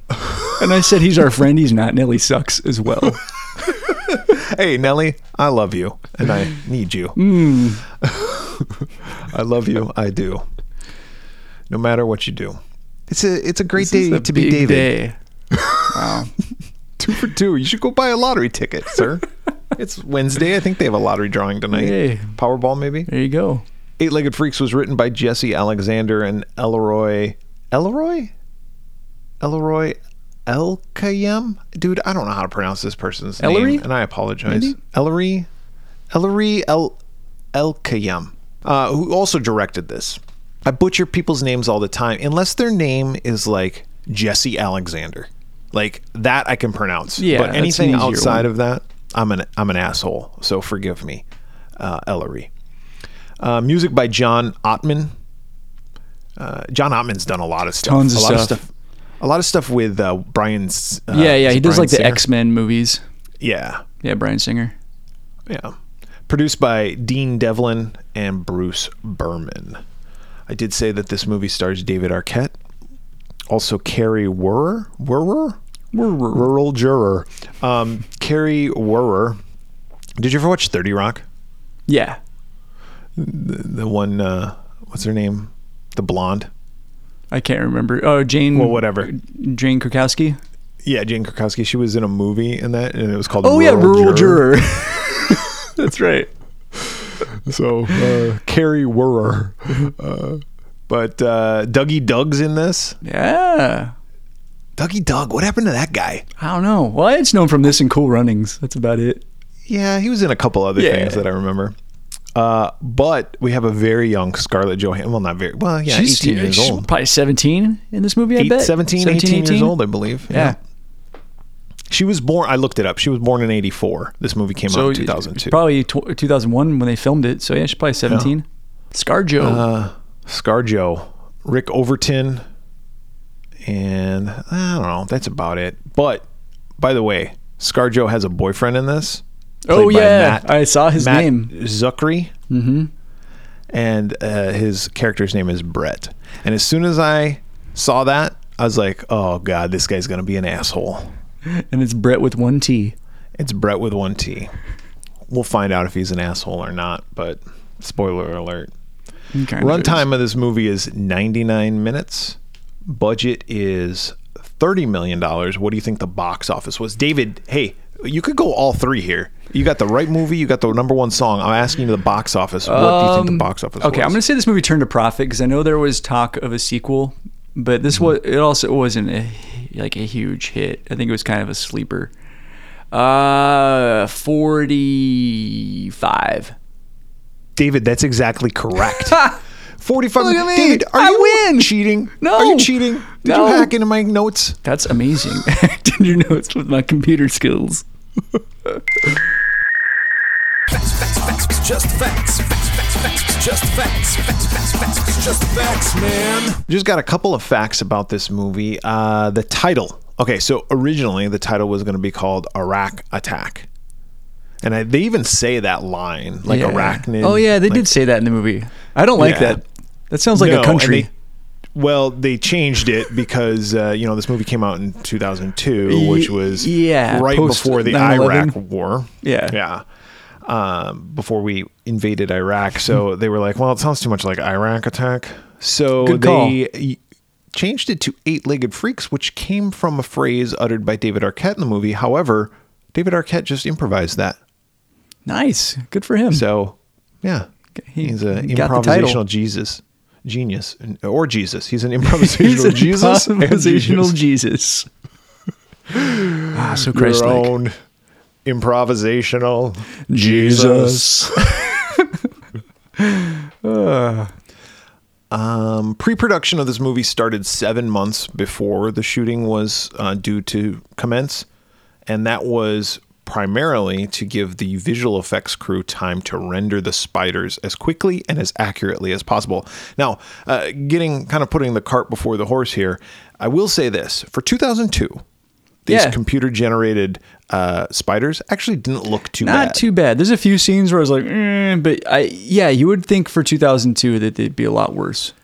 Speaker 1: and I said he's our friend. He's not. Nelly sucks as well.
Speaker 2: Hey Nelly, I love you and I need you.
Speaker 1: Mm.
Speaker 2: <laughs> I love you. I do. No matter what you do, it's a it's a great
Speaker 1: This is
Speaker 2: day
Speaker 1: the
Speaker 2: to be
Speaker 1: big
Speaker 2: David.
Speaker 1: day. Wow.
Speaker 2: Two for two. You should go buy a lottery ticket, sir. it's Wednesday. I think they have a lottery drawing tonight.
Speaker 1: Yay.
Speaker 2: Powerball, maybe.
Speaker 1: There you go.
Speaker 2: Eight Legged Freaks was written by Jesse Alexander and Elroy. Elroy? Elroy Elkayem? Dude, I don't know how to pronounce this person's
Speaker 1: Ellery?
Speaker 2: name. And I apologize.
Speaker 1: Maybe?
Speaker 2: Ellery? Ellery El Elkayem, uh, who also directed this. I butcher people's names all the time, unless their name is like Jesse Alexander. Like that I can pronounce.
Speaker 1: Yeah,
Speaker 2: but
Speaker 1: that's an
Speaker 2: anything
Speaker 1: easier
Speaker 2: outside
Speaker 1: one.
Speaker 2: of that, I'm an I'm an asshole. So forgive me, uh, Ellery. Uh, music by John Ottman. Uh, John Ottman's done a lot of stuff.
Speaker 1: Tons of
Speaker 2: a lot
Speaker 1: stuff.
Speaker 2: A lot of stuff with uh, Brian's. Uh,
Speaker 1: yeah, yeah.
Speaker 2: is
Speaker 1: He
Speaker 2: it
Speaker 1: does
Speaker 2: Bryan
Speaker 1: like the
Speaker 2: Singer?
Speaker 1: X Men movies.
Speaker 2: Yeah,
Speaker 1: Yeah, Brian Singer.
Speaker 2: yeah. Produced by Dean Devlin and Bruce Berman. I did say that this movie stars David Arquette, also Carrie Werrer, Werrer, Rural Juror, um, Carrie Werrer. Did you ever watch Thirty Rock?
Speaker 1: Yeah.
Speaker 2: The one, uh, what's her name? The blonde.
Speaker 1: I can't remember. Oh, Jane.
Speaker 2: Well, whatever.
Speaker 1: Jane Krakowski.
Speaker 2: Yeah, Jane Krakowski. She was in a movie in that, and it was called.
Speaker 1: Oh yeah, Rural Juror. <laughs> That's right.
Speaker 2: So uh, Carrie Werrer. Uh, but uh, Dougie Doug's in this.
Speaker 1: Yeah.
Speaker 2: Dougie Doug. What happened to that guy?
Speaker 1: I don't know. Well, it's known from this and Cool Runnings. That's about it.
Speaker 2: Yeah, he was in a couple other
Speaker 1: Yeah.
Speaker 2: things that I remember. Uh, but we have a very young Scarlett Johansson. Well, not very. Well, yeah, eighteen years
Speaker 1: she's
Speaker 2: old.
Speaker 1: Probably 17 in this movie, I
Speaker 2: Eight,
Speaker 1: bet.
Speaker 2: 17, 18 years old, I believe.
Speaker 1: Yeah.
Speaker 2: She was born, I looked it up. She was born in 84. This movie came out in 2002.
Speaker 1: Probably tw- 2001 when they filmed it. So yeah, she's probably 17. Scarjo.
Speaker 2: uh, Scarjo, Rick Overton, and I don't know. That's about it. But by the way, Scarjo has a boyfriend in this.
Speaker 1: oh
Speaker 2: played by
Speaker 1: yeah,
Speaker 2: Matt-
Speaker 1: I saw his
Speaker 2: Matt
Speaker 1: name.
Speaker 2: Zuckery. Mm-hmm. And uh, his character's name is Brett. And as soon as I saw that, I was like, "Oh God, this guy's gonna be an asshole."
Speaker 1: and it's Brett with one T.
Speaker 2: It's Brett with one T. We'll find out if he's an asshole or not. But spoiler alert.
Speaker 1: Kinda
Speaker 2: Runtime of this movie is 99 minutes. Budget is 30 million dollars. What do you think the box office was? David, hey, you could go all three here. You got the right movie, you got the number one song. I'm asking you the box office. What do you think the box office
Speaker 1: Um, Okay,
Speaker 2: was?
Speaker 1: I'm gonna say this movie turned a profit because I know there was talk of a sequel, but
Speaker 2: Mm-hmm.
Speaker 1: this was it also wasn't a, like a huge hit. I think it was kind of a sleeper. Uh, forty-five.
Speaker 2: David, that's exactly
Speaker 1: <laughs>
Speaker 2: correct. 45
Speaker 1: Look at me.
Speaker 2: David, are
Speaker 1: I
Speaker 2: you
Speaker 1: win.
Speaker 2: cheating?
Speaker 1: No.
Speaker 2: Are you cheating? Did
Speaker 1: No.
Speaker 2: you hack into my notes?
Speaker 1: That's
Speaker 2: <laughs>
Speaker 1: amazing. <laughs> I did your notes with my computer skills.
Speaker 3: Facts, facts, facts, just facts. Facts, facts, facts, just facts. Facts, facts, facts, just facts, man.
Speaker 2: Just got a couple of facts about this movie. Uh, the title. Okay, so originally the title was going to be called Iraq Attack. And I, they even say that line, like
Speaker 1: Yeah.
Speaker 2: arachnid.
Speaker 1: Oh yeah, they
Speaker 2: like-
Speaker 1: did say that in the movie. I don't like
Speaker 2: Yeah.
Speaker 1: that. That sounds like
Speaker 2: No,
Speaker 1: a
Speaker 2: and
Speaker 1: country.
Speaker 2: they- well, they changed it because, uh, you know, this movie came out in 2002, which was
Speaker 1: yeah,
Speaker 2: right
Speaker 1: post
Speaker 2: before the
Speaker 1: 9/11.
Speaker 2: Iraq War.
Speaker 1: Yeah.
Speaker 2: Yeah. Um, before we invaded Iraq.
Speaker 1: Hmm.
Speaker 2: So they were like, well, it sounds too much like Iraq attack. So
Speaker 1: Good call.
Speaker 2: they y- changed it to Eight Legged Freaks, which came from a phrase uttered by David Arquette in the movie. However, David Arquette just improvised that.
Speaker 1: nice, good for him.
Speaker 2: So, yeah,
Speaker 1: He
Speaker 2: he's an
Speaker 1: got the title.
Speaker 2: improvisational Jesus, genius, and- or Jesus. He's an improvisational
Speaker 1: <laughs> <laughs> He's an <laughs>
Speaker 2: Jesus, and
Speaker 1: improvisational
Speaker 2: Jesus.
Speaker 1: Jesus. ah, so
Speaker 2: your
Speaker 1: Christ-like.
Speaker 2: own improvisational Um, pre-production of this movie started seven months before the shooting was uh, due to commence, and that was primarily to give the visual effects crew time to render the spiders as quickly and as accurately as possible. Now, uh, getting kind of putting the cart before the horse here, I will say this: for 2002, the these
Speaker 1: Yeah.
Speaker 2: computer generated uh, spiders actually didn't look too
Speaker 1: Not
Speaker 2: bad.
Speaker 1: too bad. There's a few scenes where I was like, mm, but I yeah, you would think for 2002 that they'd be a lot worse. <laughs>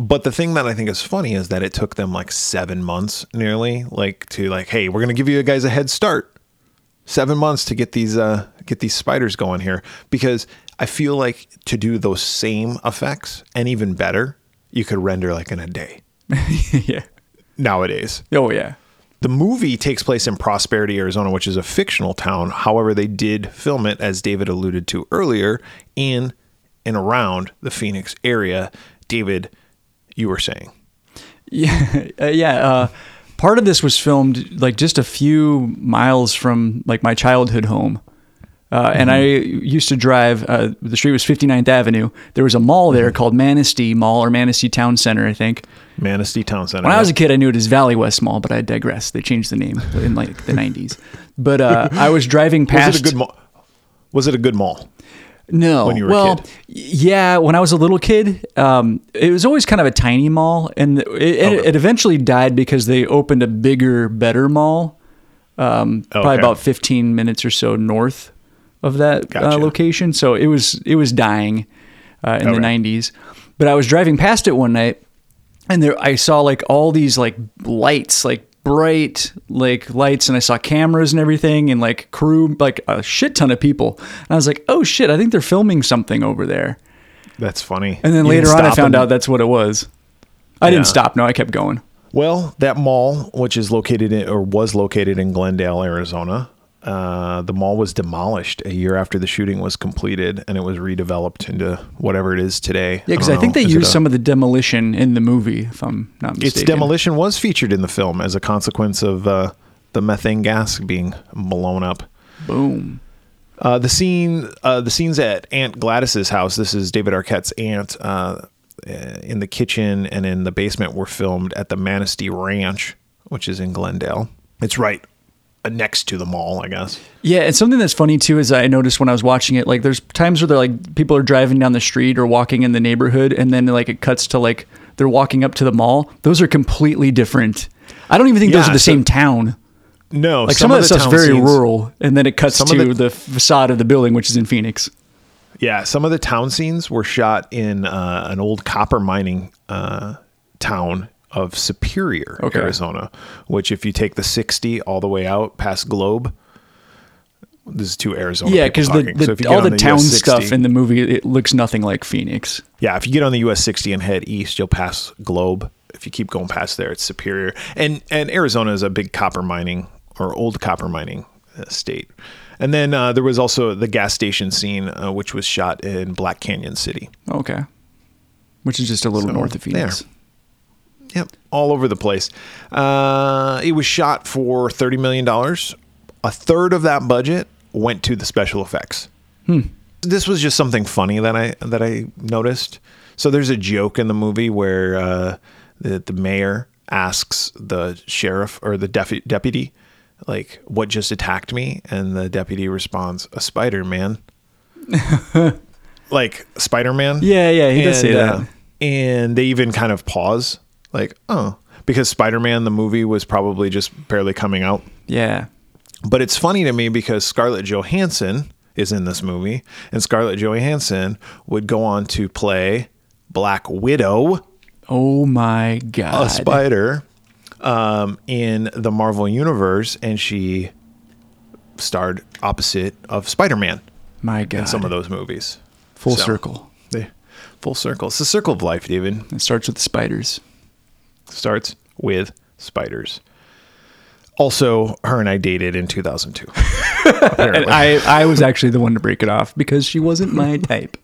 Speaker 2: But the thing that I think is funny is that it took them like seven months nearly, like to like, hey, we're gonna give you guys a head start. Seven months to get these uh get these spiders going here. Because I feel like to do those same effects and even better, you could render like in a day
Speaker 1: yeah.
Speaker 2: nowadays.
Speaker 1: Oh yeah.
Speaker 2: The movie takes place in Prosperity, Arizona, which is a fictional town. However, they did film it, as David alluded to earlier, in and around the Phoenix area. David, you were saying.
Speaker 1: Yeah, <laughs> uh, yeah. Uh, part of this was filmed like just a few miles from like my childhood home, uh, and I
Speaker 2: Mm-hmm.
Speaker 1: used to drive. Uh, the street was 59th Avenue. There was a mall
Speaker 2: Mm-hmm.
Speaker 1: there called Manistee Mall or Manistee Town Center, I think.
Speaker 2: Manistee Town Center.
Speaker 1: When I was a kid, I knew it as Valley West Mall, but I digress. They changed the name in like the 90s. But uh, I was driving past.
Speaker 2: <laughs> was it a good mall? Was it a good mall?
Speaker 1: No.
Speaker 2: when you were a
Speaker 1: well,
Speaker 2: kid?
Speaker 1: y- yeah, when I was a little kid, um, it was always kind of a tiny mall, and it, it,
Speaker 2: Okay.
Speaker 1: it eventually died because they opened a bigger, better mall, um, probably
Speaker 2: Okay.
Speaker 1: about 15 minutes or so north of that
Speaker 2: Gotcha.
Speaker 1: uh, location. So it was it was dying uh, in
Speaker 2: Okay.
Speaker 1: the 90s. But I was driving past it one night, and there I saw like all these like lights, like bright like lights and I saw cameras and everything and like crew like a shit ton of people. And I was like, "Oh shit, I think they're filming something over there."
Speaker 2: That's funny.
Speaker 1: And then
Speaker 2: You
Speaker 1: later
Speaker 2: didn't
Speaker 1: on I
Speaker 2: stop
Speaker 1: found
Speaker 2: and-
Speaker 1: out that's what it was. I
Speaker 2: Yeah.
Speaker 1: didn't stop. No, I kept going.
Speaker 2: Well, that mall, which is located in, or was located in Glendale, Arizona, uh, the mall was demolished a year after the shooting was completed, and it was redeveloped into whatever it is today.
Speaker 1: Yeah, cuz I,
Speaker 2: don't
Speaker 1: think
Speaker 2: know.
Speaker 1: they
Speaker 2: Oh, Is it
Speaker 1: used
Speaker 2: a-
Speaker 1: some of the demolition in the movie if I'm not mistaken.
Speaker 2: Its demolition was featured in the film as a consequence of uh, the methane gas being blown up.
Speaker 1: Boom.
Speaker 2: Uh, the scene, uh, the scenes at Aunt Gladys's house. This is David Arquette's aunt. Uh, uh, in the kitchen and in the basement were filmed at the Manistee Ranch, which is in Glendale. It's right uh, next to the mall, I guess.
Speaker 1: Yeah, and something that's funny too is I noticed when I was watching it, like there's times where they're like people are driving down the street or walking in the neighborhood, and then like it cuts to like they're walking up to the mall. Those are completely different. I don't even think those
Speaker 2: Yeah,
Speaker 1: are the
Speaker 2: so-
Speaker 1: same town.
Speaker 2: No,
Speaker 1: Like some, of that
Speaker 2: the
Speaker 1: stuff's
Speaker 2: town
Speaker 1: very
Speaker 2: scenes-
Speaker 1: rural, and then it cuts
Speaker 2: Some of
Speaker 1: to
Speaker 2: the-
Speaker 1: the, facade of the building, which is in Phoenix.
Speaker 2: Yeah, some of the town scenes were shot in uh, an old copper mining uh, town of Superior,
Speaker 1: Okay.
Speaker 2: Arizona, which if you take the 60 all the way out past Globe, this is to Arizona.
Speaker 1: yeah,
Speaker 2: people
Speaker 1: because the,
Speaker 2: talking.
Speaker 1: the,
Speaker 2: So if you get
Speaker 1: all
Speaker 2: on
Speaker 1: the, town
Speaker 2: US 60
Speaker 1: stuff in the movie it looks nothing like Phoenix.
Speaker 2: Yeah, if you get on the US 60 and head east, you'll pass Globe. If you keep going past there, it's Superior. And and Arizona is a big copper mining or old copper mining uh, state. And then uh, there was also the gas station scene, uh, which was shot in Black Canyon City.
Speaker 1: Okay, which is just a little
Speaker 2: So,
Speaker 1: north of Phoenix.
Speaker 2: there. Yep, all over the place. Uh, it was shot for thirty million dollars. A third of that budget went to the special effects. This was just something funny that I that I noticed. So there's a joke in the movie where uh, the the mayor asks the sheriff or the def- deputy, like, "What just attacked me?" And the deputy responds, "A spider
Speaker 1: <laughs>
Speaker 2: man." like Spider Man.
Speaker 1: Yeah, yeah, he does say that.
Speaker 2: and they even kind of pause, like, oh, because Spider Man, the movie, was probably just barely coming out.
Speaker 1: Yeah,
Speaker 2: But it's funny to me because Scarlett Johansson is in this movie, and Scarlett Johansson would go on to play Black Widow,
Speaker 1: Oh my
Speaker 2: a
Speaker 1: god.
Speaker 2: spider, um, in the Marvel Universe, and she starred opposite of Spider Man
Speaker 1: my god.
Speaker 2: in some of those movies.
Speaker 1: Full
Speaker 2: So,
Speaker 1: circle.
Speaker 2: They, full circle. It's the circle of life, David.
Speaker 1: It starts with the spiders.
Speaker 2: starts with spiders. Also, her and I dated
Speaker 1: <laughs>
Speaker 2: in 2002. Apparently.
Speaker 1: I, I <laughs> was actually the one to break it off because she wasn't my <laughs> type.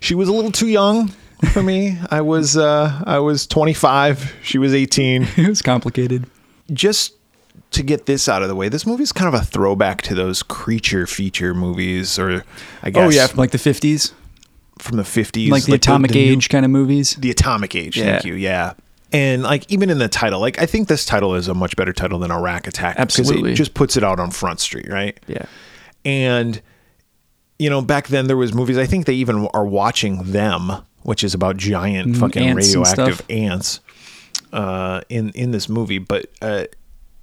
Speaker 2: she was a little too young for me. I was uh, I was 25. She was 18.
Speaker 1: It was complicated.
Speaker 2: Just to get this out of the way, this movie is kind of a throwback to those creature feature movies, or I guess
Speaker 1: Oh yeah, from like the fifties,
Speaker 2: from the 50s,
Speaker 1: like the Atomic
Speaker 2: new-
Speaker 1: Age kind of movies.
Speaker 2: the atomic age thank
Speaker 1: Yeah.
Speaker 2: you yeah and like even in the title like i think this title is a much better title than iraq attack because
Speaker 1: Absolutely.
Speaker 2: it just puts it out on front street right
Speaker 1: Yeah.
Speaker 2: and you know back then there was movies i think they even are watching them which is about giant fucking
Speaker 1: Mm-hmm. ants and
Speaker 2: radioactive
Speaker 1: stuff.
Speaker 2: ants uh in in this movie but uh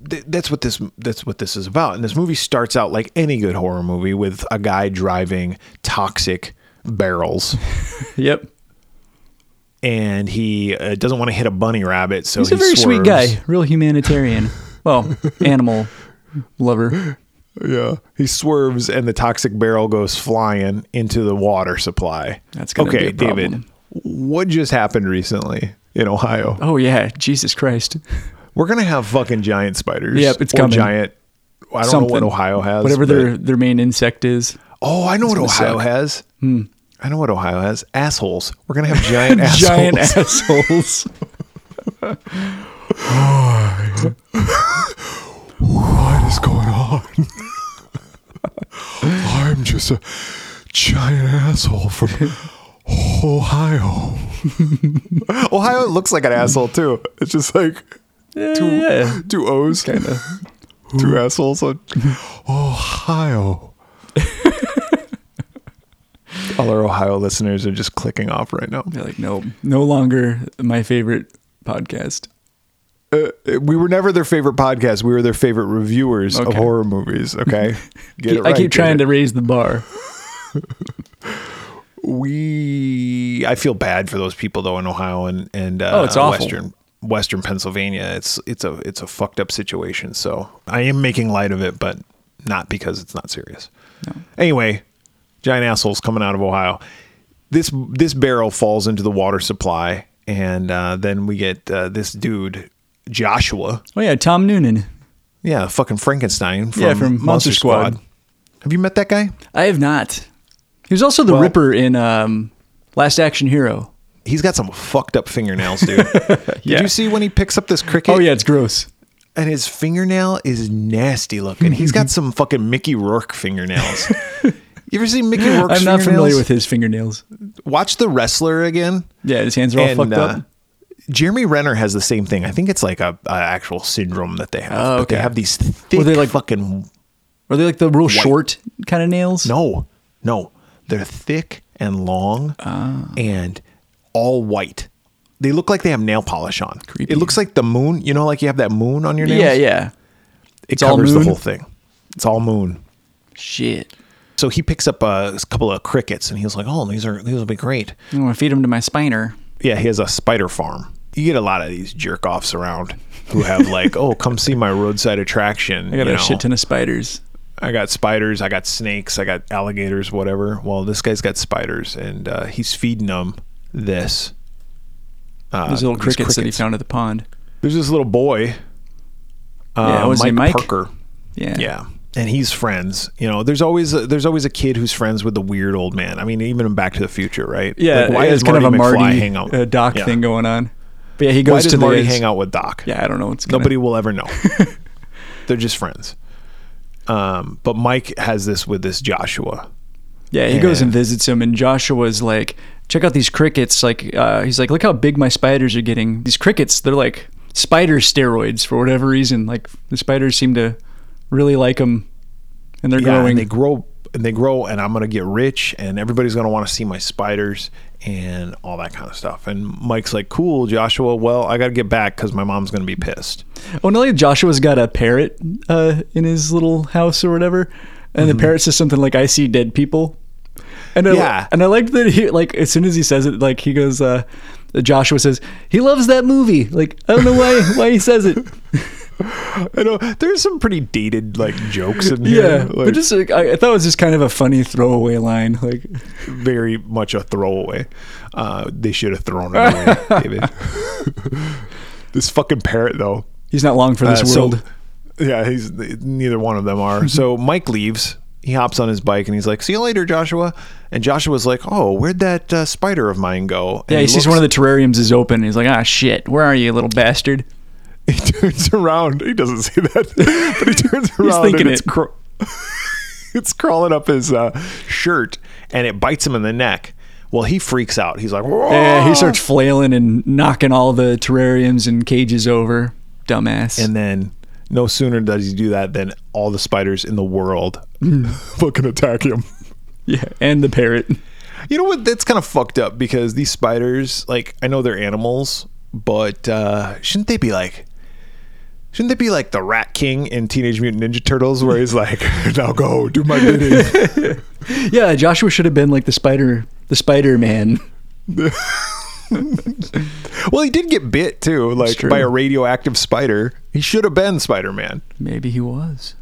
Speaker 2: th- that's what this that's what this is about. And this movie starts out like any good horror movie with a guy driving toxic barrels,
Speaker 1: Yep.
Speaker 2: and he uh, doesn't want to hit a bunny rabbit. So
Speaker 1: He's a
Speaker 2: he
Speaker 1: very sweet
Speaker 2: swerves.
Speaker 1: guy, real humanitarian. <laughs> well, animal lover.
Speaker 2: Yeah, he swerves, and the toxic barrel goes flying into the water supply.
Speaker 1: That's gonna
Speaker 2: okay,
Speaker 1: be a problem.
Speaker 2: David. What just happened recently in Ohio?
Speaker 1: Oh yeah, Jesus Christ.
Speaker 2: We're gonna have fucking giant spiders.
Speaker 1: Yep, it's
Speaker 2: or
Speaker 1: coming.
Speaker 2: Giant. I don't know what Ohio has.
Speaker 1: Whatever
Speaker 2: but-
Speaker 1: their their main insect is.
Speaker 2: Oh, I know what
Speaker 1: gonna
Speaker 2: Ohio
Speaker 1: suck. Hmm.
Speaker 2: has. I know what Ohio has. Assholes. We're gonna have giant
Speaker 1: <laughs>
Speaker 2: assholes.
Speaker 1: Giant assholes.
Speaker 2: what is going <laughs> on? I'm just a giant asshole from Ohio. <laughs> Ohio looks like an asshole too. It's just like
Speaker 1: <laughs>
Speaker 2: two
Speaker 1: yeah.
Speaker 2: two O's,
Speaker 1: Kinda. Mm.
Speaker 2: two
Speaker 1: <laughs>
Speaker 2: assholes on Ohio. <laughs> All our Ohio listeners are just clicking off right now.
Speaker 1: They're like, no, no longer my favorite podcast.
Speaker 2: uh, we were never their favorite podcast. We were their favorite reviewers of
Speaker 1: Okay.
Speaker 2: horror movies. Okay,
Speaker 1: <laughs>
Speaker 2: get
Speaker 1: I keep trying to raise the bar.
Speaker 2: to. We. I feel bad for those people though in Ohio and and uh,
Speaker 1: Oh, it's awful.
Speaker 2: Western Western Pennsylvania. It's it's a it's a fucked up situation. So I am making light of it, but not because it's not serious. Anyway, giant assholes coming out of Ohio. This this barrel falls into the water supply, and uh, then we get uh, this dude Joshua.
Speaker 1: Oh yeah, Tom Noonan.
Speaker 2: Yeah, fucking Frankenstein. From
Speaker 1: Yeah, from Monster Squad.
Speaker 2: Have you met that guy?
Speaker 1: I have not. He was also the
Speaker 2: Well-
Speaker 1: Ripper in um, Last Action Hero.
Speaker 2: He's got some fucked up fingernails, dude.
Speaker 1: <laughs>
Speaker 2: Did
Speaker 1: Yeah.
Speaker 2: you see when he picks up this cricket?
Speaker 1: Oh yeah, it's gross.
Speaker 2: and his fingernail is nasty looking. He's
Speaker 1: <laughs>
Speaker 2: got some fucking Mickey Rourke fingernails. you ever seen Mickey Rourke's?
Speaker 1: I'm not familiar
Speaker 2: fingernails?
Speaker 1: with his fingernails.
Speaker 2: Watch the wrestler again.
Speaker 1: Yeah, his hands are all fucked
Speaker 2: uh,
Speaker 1: up.
Speaker 2: Jeremy Renner has the same thing. I think it's like a, a actual syndrome that they have.
Speaker 1: Oh,
Speaker 2: But they
Speaker 1: okay.
Speaker 2: have these thick,
Speaker 1: Were they like-
Speaker 2: fucking
Speaker 1: Are they like the real short kind of nails?
Speaker 2: No, no. They're thick and long
Speaker 1: Ah.
Speaker 2: and all white. They look like they have nail polish on.
Speaker 1: Creepy.
Speaker 2: It looks like the moon. You know, like you have that moon on your nails?
Speaker 1: Yeah, yeah.
Speaker 2: It
Speaker 1: It's all
Speaker 2: covers the
Speaker 1: moon?
Speaker 2: whole thing. It's all moon.
Speaker 1: Shit.
Speaker 2: So he picks up uh, a, couple of crickets and he's like, oh, these are, these will be great.
Speaker 1: I'm gonna feed him to my spiner.
Speaker 2: Yeah, he has a spider farm. You get a lot of these jerk offs around who have like, <laughs> oh, come see my roadside attraction.
Speaker 1: I got
Speaker 2: you
Speaker 1: a
Speaker 2: know.
Speaker 1: shit ton of spiders.
Speaker 2: I got spiders, I got snakes, I got alligators, whatever. Well, this guy's got spiders, and uh, he's feeding them this. Uh,
Speaker 1: Those little
Speaker 2: these
Speaker 1: crickets, that he found at the pond.
Speaker 2: There's this little boy, uh,
Speaker 1: Yeah, what was
Speaker 2: Mike,
Speaker 1: his name, Mike?
Speaker 2: Parker.
Speaker 1: Yeah.
Speaker 2: Yeah, and he's friends. You know, there's always a, there's always a kid who's friends with the weird old man. I mean, even in Back to the Future, right?
Speaker 1: Yeah.
Speaker 2: Like, why
Speaker 1: it's
Speaker 2: is
Speaker 1: kind of a
Speaker 2: McFly
Speaker 1: Marty
Speaker 2: hang out?
Speaker 1: uh, Doc
Speaker 2: Yeah.
Speaker 1: thing going on? But yeah, he goes
Speaker 2: Why does
Speaker 1: to
Speaker 2: Marty
Speaker 1: the
Speaker 2: hang out with Doc?
Speaker 1: Yeah, I don't know. It's gonna-
Speaker 2: Nobody
Speaker 1: <laughs>
Speaker 2: will ever know. They're just friends. Um, but Mike has this with this Joshua.
Speaker 1: Yeah, he goes and
Speaker 2: And-
Speaker 1: visits him, and Joshua's like, "Check out these crickets!" Like, uh, he's like, "Look how big my spiders are getting. These crickets, they're like spider steroids for whatever reason. Like, the spiders seem to really like them, and they're
Speaker 2: Yeah,
Speaker 1: growing.
Speaker 2: and they grow and they grow and I'm gonna get rich and everybody's gonna want to see my spiders and all that kind of stuff. And Mike's like, "Cool, Joshua. Well, I gotta get back because my mom's gonna be pissed."
Speaker 1: Oh, no, like Joshua's got a parrot uh, in his little house or whatever, and the
Speaker 2: Mm-hmm.
Speaker 1: parrot says something like, "I see dead people." And I,
Speaker 2: Yeah.
Speaker 1: and I liked that he like as soon as he says it, like he goes, uh, Joshua says he loves that movie. Like I don't know why why he says it.
Speaker 2: I know there's some pretty dated like jokes in here.
Speaker 1: Yeah,
Speaker 2: like,
Speaker 1: but just like, I, I thought it was just kind of a funny throwaway line. Like,
Speaker 2: very much a throwaway. Uh, they should have thrown it
Speaker 1: <laughs>
Speaker 2: away, David. <laughs> this fucking parrot though.
Speaker 1: he's not long for this
Speaker 2: Uh, so-
Speaker 1: world.
Speaker 2: yeah, he's neither one of
Speaker 1: <laughs>
Speaker 2: them are. so Mike leaves. He hops on his bike and he's like, "See you later, Joshua." And Joshua's like, "Oh, where'd that uh, spider of mine go?" And
Speaker 1: yeah, he, sees one of the terrariums is open. And he's like, ah, shit, where are you, little bastard?
Speaker 2: the. <laughs> He turns around. He doesn't say that, <laughs> but he
Speaker 1: <laughs>
Speaker 2: turns around.
Speaker 1: thinking
Speaker 2: and it's
Speaker 1: it.
Speaker 2: cra- <laughs> it's crawling up his uh, shirt and it bites him in the neck. Well, he freaks out. He's like, "Whoa!"
Speaker 1: Yeah, he starts flailing and knocking all the terrariums and cages over. Dumbass.
Speaker 2: And then no sooner does he do that than all the spiders in the world fucking attack him.
Speaker 1: <laughs> yeah, and the parrot.
Speaker 2: You know what? That's kind of fucked up because these spiders, like, I know they're animals, but uh, shouldn't they be like, Shouldn't it be like the Rat King in Teenage Mutant Ninja Turtles, where he's like, <laughs> "Now go do my
Speaker 1: <laughs>
Speaker 2: bidding."
Speaker 1: Yeah, Joshua should have been like the spider, the Spider Man.
Speaker 2: well, he did get bit too, like
Speaker 1: true.
Speaker 2: by a radioactive spider. He should have been Spider Man.
Speaker 1: Maybe he was.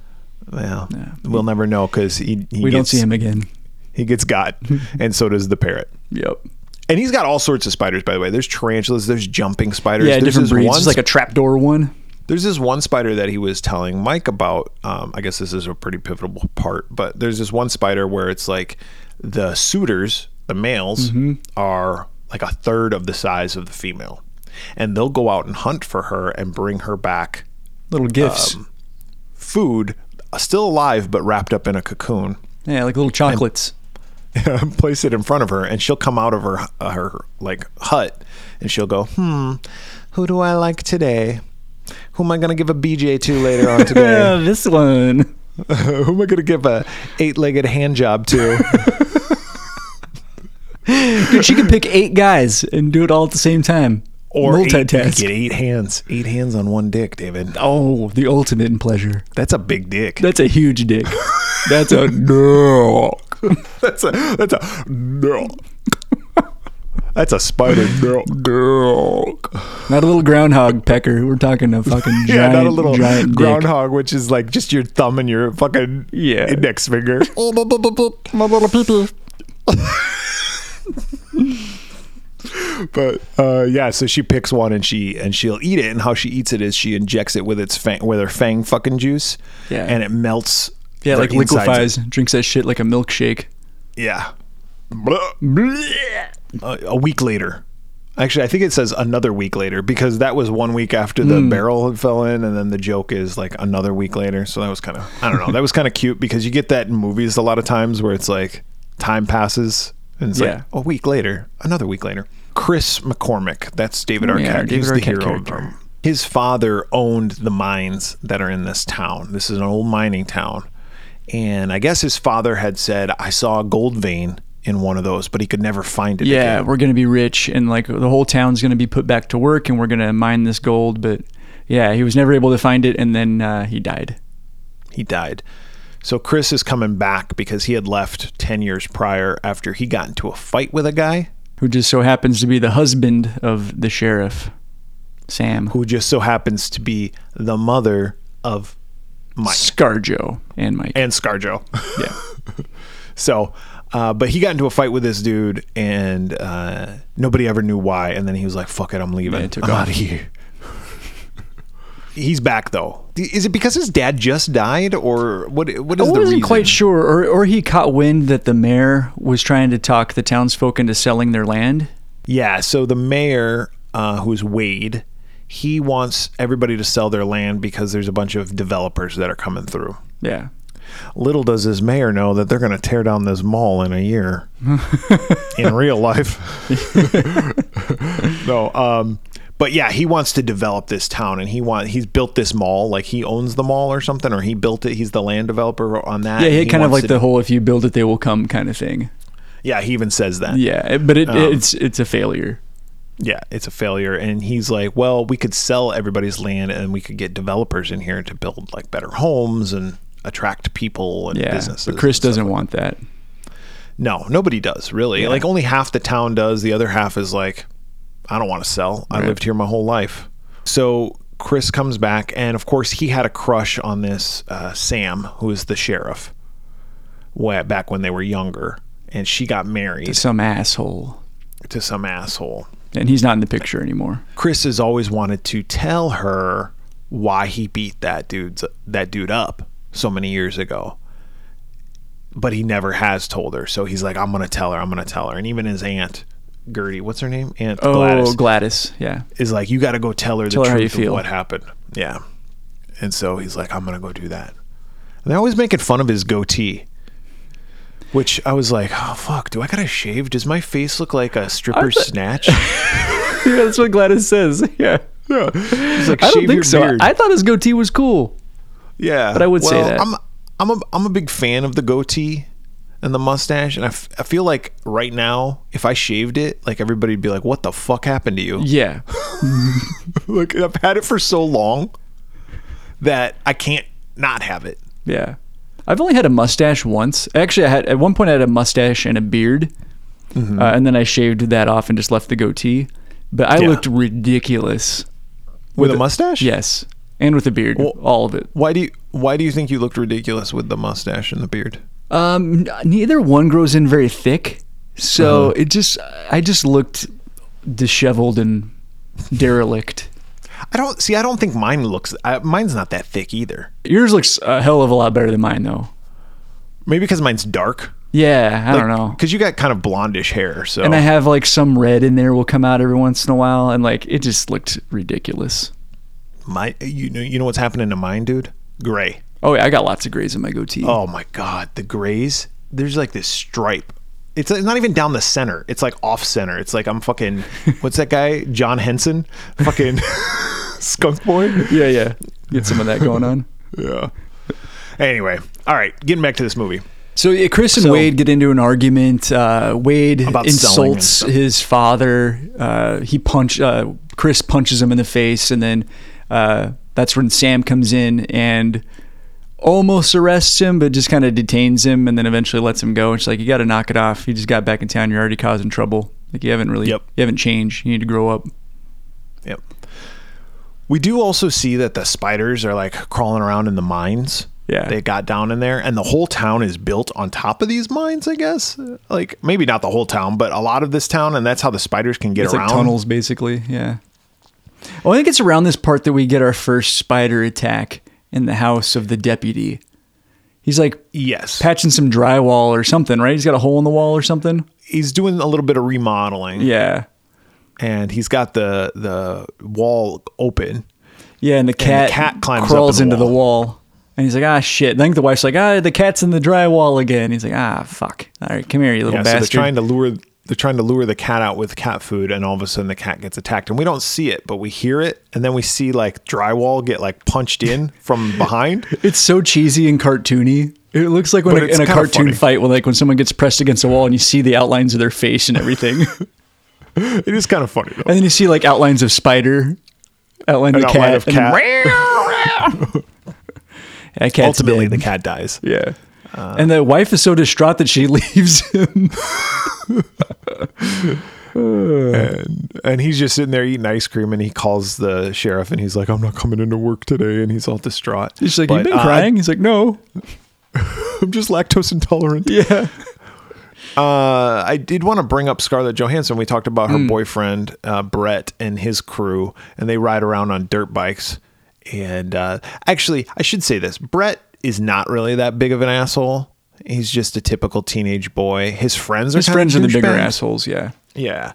Speaker 2: Well, we'll never know because he, he
Speaker 1: We don't
Speaker 2: gets-
Speaker 1: see him again.
Speaker 2: He
Speaker 1: <laughs>
Speaker 2: gets got, and so does the parrot.
Speaker 1: Yep.
Speaker 2: And he's got all sorts of spiders, by the way. There's tarantulas, there's jumping spiders.
Speaker 1: Yeah,
Speaker 2: there's
Speaker 1: different
Speaker 2: this
Speaker 1: breeds.
Speaker 2: One
Speaker 1: It's like a trapdoor one.
Speaker 2: There's this one spider that he was telling Mike about. Um, I guess this is a pretty pivotal part, but there's this one spider where it's like the suitors, the males, are like a third of the size of the female. And they'll go out and hunt for her and bring her back
Speaker 1: Little gifts.
Speaker 2: food, uh, still alive, but wrapped up in a cocoon. <laughs>
Speaker 1: yeah, like little chocolates.
Speaker 2: place it in front of her, and she'll come out of her uh, her like hut, and she'll go, "Hmm, who do I like today? Who am I gonna give a BJ to later on
Speaker 1: Yeah, <laughs>
Speaker 2: today?
Speaker 1: this one.
Speaker 2: <laughs> who am I gonna give a eight legged hand job <laughs> to?"
Speaker 1: Dude, she could pick eight guys and do it all at the same time.
Speaker 2: eight-
Speaker 1: multitask.
Speaker 2: you get eight hands, eight hands on one dick, David.
Speaker 1: oh, the ultimate in pleasure.
Speaker 2: That's a big dick.
Speaker 1: That's a huge dick. That's a no.
Speaker 2: <laughs> That's a that's a no. That's a <laughs> spider. No.
Speaker 1: Not a little groundhog pecker. We're talking a fucking giant,
Speaker 2: <laughs> Yeah, not a little
Speaker 1: giant dick.
Speaker 2: groundhog, which is like just your thumb and your fucking
Speaker 1: Yeah. Oh,
Speaker 2: index
Speaker 1: <laughs>
Speaker 2: finger.
Speaker 1: My little peepee.
Speaker 2: But uh, yeah, so she picks one and she and she'll eat it. And how she eats it is she injects it with its fang, with her fang fucking juice.
Speaker 1: Yeah.
Speaker 2: and it melts.
Speaker 1: Yeah,
Speaker 2: their
Speaker 1: like
Speaker 2: insides.
Speaker 1: liquefies, drinks that shit like a milkshake.
Speaker 2: Yeah. Blah. Uh, a week later. Actually, I think it says another week later because that was one week after the
Speaker 1: Hmm.
Speaker 2: barrel had fell in, and then the joke is like another week later. So that was kind of I don't know. that was kind of cute because you get that in movies a lot of times where it's like time passes and it's
Speaker 1: Yeah.
Speaker 2: like a week later, another week later. Chris McCormick, that's David Arquette.
Speaker 1: Yeah, David
Speaker 2: He's the
Speaker 1: Arquette
Speaker 2: hero.
Speaker 1: character.
Speaker 2: Um, His father owned the mines that are in this town. This is an old mining town. And I guess his father had said, I saw a gold vein in one of those, but he could never find it.
Speaker 1: Yeah,
Speaker 2: again."
Speaker 1: we're gonna be rich, and like the whole town's gonna be put back to work, and we're gonna mine this gold. But yeah, he was never able to find it, and then uh, he died.
Speaker 2: He died. So Chris is coming back because he had left 10 years prior after he got into a fight with a guy
Speaker 1: Who just so happens to be the husband of the sheriff, Sam
Speaker 2: who just so happens to be the mother of Mike
Speaker 1: Scarjo, and Mike.
Speaker 2: and Scarjo.
Speaker 1: yeah.
Speaker 2: So, uh, but he got into a fight with this dude, and uh, nobody ever knew why. And then he was like, "Fuck it, I'm leaving.
Speaker 1: Yeah, he took
Speaker 2: I'm
Speaker 1: off.
Speaker 2: out of here." He's back though. Is it because his dad just died, or what? What is
Speaker 1: I
Speaker 2: the
Speaker 1: wasn't
Speaker 2: reason?
Speaker 1: quite sure, or, or he caught wind that the mayor was trying to talk the townsfolk into selling their land.
Speaker 2: Yeah. So the mayor, uh, who's Wade, he wants everybody to sell their land because there's a bunch of developers that are coming through.
Speaker 1: Yeah.
Speaker 2: Little does his mayor know that they're going to tear down this mall in
Speaker 1: <laughs>
Speaker 2: a year in real life. no, um, but yeah, he wants to develop this town, and he want he's built this mall, like he owns the mall or something, or he built it. He's the land developer on that.
Speaker 1: Yeah, he,
Speaker 2: and
Speaker 1: had kind of
Speaker 2: wants
Speaker 1: like
Speaker 2: to-
Speaker 1: the whole "if you build it, they will come" kind of thing.
Speaker 2: yeah. He even says that.
Speaker 1: Yeah, it- but it,
Speaker 2: Oh.
Speaker 1: it's it's a failure.
Speaker 2: yeah, it's a failure, and he's like, well, we could sell everybody's land, and we could get developers in here to build like better homes and attract people and
Speaker 1: Yeah,
Speaker 2: businesses.
Speaker 1: but Chris
Speaker 2: and stuff
Speaker 1: doesn't want that.
Speaker 2: No, nobody does really. Like only half the town does. The other half is like, I don't want to sell. I lived here my whole life. So Chris comes back, and of course he had a crush on this uh, Sam, who is the sheriff, way back when they were younger, and she got married
Speaker 1: Some asshole,
Speaker 2: to some asshole.
Speaker 1: and he's not in the picture anymore.
Speaker 2: Chris has always wanted to tell her why he beat that dude's that dude up so many years ago. But he never has told her. So he's like, I'm gonna tell her, I'm gonna tell her. And even his aunt Gertie, what's her name? Aunt
Speaker 1: Oh,
Speaker 2: Gladys
Speaker 1: Gladys. Yeah,
Speaker 2: is like, You gotta go tell her the
Speaker 1: Tell her
Speaker 2: truth
Speaker 1: how you
Speaker 2: of
Speaker 1: feel."
Speaker 2: what happened. Yeah. And so he's like, I'm gonna go do that. And they're always making fun of his goatee. Which I was like, oh fuck, do I gotta shave? Does my face look like a stripper's
Speaker 1: <laughs>
Speaker 2: snatch?
Speaker 1: yeah, that's what Gladys says. <laughs> Yeah, yeah.
Speaker 2: He's
Speaker 1: <laughs>
Speaker 2: like,
Speaker 1: I don't
Speaker 2: "Shave your
Speaker 1: think so.
Speaker 2: beard."
Speaker 1: I thought his goatee was cool.
Speaker 2: Yeah,
Speaker 1: But I would say that.
Speaker 2: I'm I'm a I'm a big fan of the goatee and the mustache, and I, f- I feel like right now, if I shaved it, like everybody'd be like, "What <laughs> the fuck happened to you?"
Speaker 1: Yeah,
Speaker 2: like I've had it for so long. that I can't not have it.
Speaker 1: Yeah. I've only had a mustache once. Actually, I had at one point I had a mustache and a beard,
Speaker 2: Mm-hmm.
Speaker 1: uh, and then I shaved that off and just left the goatee. But I
Speaker 2: Yeah.
Speaker 1: looked ridiculous.
Speaker 2: With, a mustache?
Speaker 1: Yes, and with a beard,
Speaker 2: Well-
Speaker 1: all of it.
Speaker 2: Why do you why do you think you looked ridiculous with the mustache and the beard?
Speaker 1: Um, n- neither one grows in very thick,
Speaker 2: Uh-huh.
Speaker 1: so it just I just looked disheveled and derelict.
Speaker 2: I don't see I don't think mine looks I, mine's not that thick either.
Speaker 1: Yours looks a hell of a lot better than mine, though.
Speaker 2: Maybe because mine's dark.
Speaker 1: Yeah, I don't know.
Speaker 2: Cuz you got kind of blondish hair, so
Speaker 1: And I have like some red in there will come out every once in a while, and like it just looked ridiculous.
Speaker 2: my you know you know what's happening to mine, dude? Gray.
Speaker 1: Oh yeah, I got lots of grays in my goatee.
Speaker 2: Oh my god, the grays. There's like this stripe. It's like not even down the center. It's like off center. It's like I'm
Speaker 1: <laughs>
Speaker 2: fucking what's that guy? John Henson? Fucking <laughs> skunk boy?
Speaker 1: Yeah, yeah. Get some of that going on.
Speaker 2: Yeah. Anyway, all right, getting back to this movie.
Speaker 1: <laughs> So yeah, Chris and
Speaker 2: So-
Speaker 1: Wade get into an argument. Uh, Wade
Speaker 2: About selling and
Speaker 1: insults
Speaker 2: stuff.
Speaker 1: his father. Uh, he punch uh, Chris punches him in the face, and then uh, that's when Sam comes in and almost arrests him, but just kind of detains him, and then eventually lets him go. And she's like, "You got to knock it off. You just got back in town. You're already causing trouble. Like you haven't really,
Speaker 2: Yep.
Speaker 1: you haven't changed. You need to grow up."
Speaker 2: Yep. We do also see that the spiders are like crawling around in the mines.
Speaker 1: Yeah.
Speaker 2: They got down in there and the whole town is built on top of these mines, I guess. Like maybe not the whole town, but a lot of this town and that's how the spiders can get
Speaker 1: It's
Speaker 2: around.
Speaker 1: like tunnels, basically. Yeah. Well, I think it's around this part that we get our first spider attack in the house of the deputy. He's like
Speaker 2: Yes.
Speaker 1: patching some drywall or something, right? He's got a hole in the wall or something.
Speaker 2: he's doing a little bit of remodeling
Speaker 1: Yeah.
Speaker 2: and he's got the the wall open.
Speaker 1: Yeah, and the cat,
Speaker 2: cat climbs up
Speaker 1: crawls
Speaker 2: in the
Speaker 1: into the wall. And he's like, ah, shit. I think the wife's like, ah, the cat's in the drywall again. He's like, ah, fuck. All right, come here, you little
Speaker 2: Yeah, so they're
Speaker 1: bastard.
Speaker 2: trying to lure they're trying to lure the cat out with cat food and all of a sudden the cat gets attacked and we don't see it but we hear it and then we see like drywall get like
Speaker 1: <laughs>
Speaker 2: punched in from behind
Speaker 1: it's so cheesy and cartoony. It looks like when
Speaker 2: But
Speaker 1: a,
Speaker 2: it's
Speaker 1: in a
Speaker 2: kinda
Speaker 1: cartoon
Speaker 2: funny.
Speaker 1: fight, when like when someone gets pressed against a wall and you see the outlines of their face and
Speaker 2: <laughs>
Speaker 1: everything.
Speaker 2: it is kind of funny though.
Speaker 1: And then you see like outlines of spider, outline of
Speaker 2: An
Speaker 1: cat,
Speaker 2: outline of
Speaker 1: and then- Yeah, cat's
Speaker 2: ultimately
Speaker 1: dead.
Speaker 2: the cat dies
Speaker 1: Yeah. and the wife is so distraught that she <laughs> leaves him.
Speaker 2: and he's just sitting there eating ice cream and he calls the sheriff and he's like i'm not coming into work today and he's all distraught
Speaker 1: She's like,
Speaker 2: But,
Speaker 1: "You've been
Speaker 2: uh,
Speaker 1: crying." He's like, "No."
Speaker 2: i'm just lactose intolerant
Speaker 1: Yeah.
Speaker 2: Uh, I did want to bring up Scarlett Johansson. We talked about her
Speaker 1: Mm.
Speaker 2: boyfriend uh, Brett and his crew, and they ride around on dirt bikes. And uh, actually, I should say this: Brett is not really that big of an asshole. He's just a typical teenage boy. His friends are
Speaker 1: <laughs> His
Speaker 2: kinda
Speaker 1: friends are the bigger
Speaker 2: douchebags.
Speaker 1: assholes. Yeah.
Speaker 2: Yeah,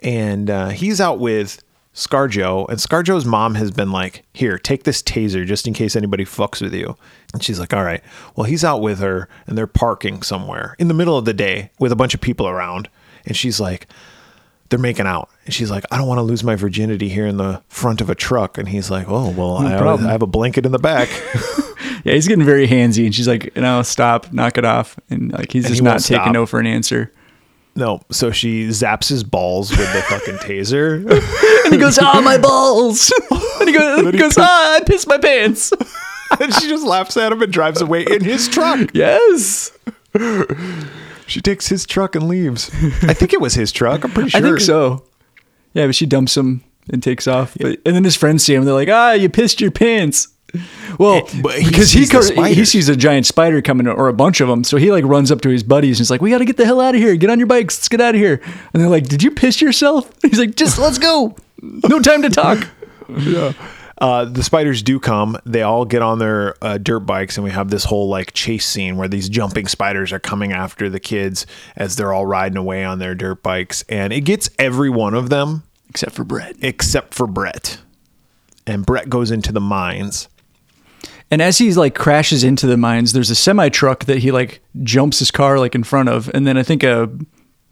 Speaker 2: and uh, he's out with ScarJo, and ScarJo's mom has been like, "Here, take this taser just in case anybody fucks with you." And she's like, "All right." Well, he's out with her, and they're parking somewhere in the middle of the day with a bunch of people around, and she's like, "They're making out," and she's like, "I don't want to lose my virginity here in the front of a truck," and he's like, "Oh, well, I, always,
Speaker 1: problem.
Speaker 2: I have a blanket in the back." <laughs>
Speaker 1: Yeah. He's getting very handsy, and she's like, "No, stop, knock it off." And like he's just
Speaker 2: he
Speaker 1: not
Speaker 2: won't
Speaker 1: taking
Speaker 2: stop.
Speaker 1: no for an answer.
Speaker 2: no, so she zaps his balls with the fucking taser.
Speaker 1: <laughs>
Speaker 2: <laughs>
Speaker 1: And he <laughs> goes, "Ah, my <laughs> balls!" and he goes,
Speaker 2: he
Speaker 1: goes, "Ah, I pissed my pants."
Speaker 2: and she just laughs at him and drives away in his truck.
Speaker 1: <laughs> yes.
Speaker 2: She takes his truck and leaves. I think it was his truck. I'm pretty sure.
Speaker 1: <laughs> I think so. Yeah, but she dumps him and takes off. But, and then his friends see him. They're like, "Ah, you pissed your pants." Well,
Speaker 2: Eh, but he
Speaker 1: because he
Speaker 2: sees the
Speaker 1: co- he
Speaker 2: spider.
Speaker 1: sees a giant spider coming or a bunch of them, so he like runs up to his buddies and is like, "We got to get the hell out of here! Get on your bikes! Let's get out of here!" And they're like, "Did you piss yourself?" <laughs> He's like, "Just let's go. No time to
Speaker 2: <laughs>
Speaker 1: talk."
Speaker 2: Uh, the spiders do come. They all get on their uh, dirt bikes, and we have this whole like chase scene where these jumping spiders are coming after the kids as they're all riding away on their dirt bikes, and it gets every one of them
Speaker 1: Except for Brett.
Speaker 2: except for Brett. And Brett goes into the mines.
Speaker 1: And as he like crashes into the mines, there's a semi truck that he like jumps his car like in front of, and then I think a,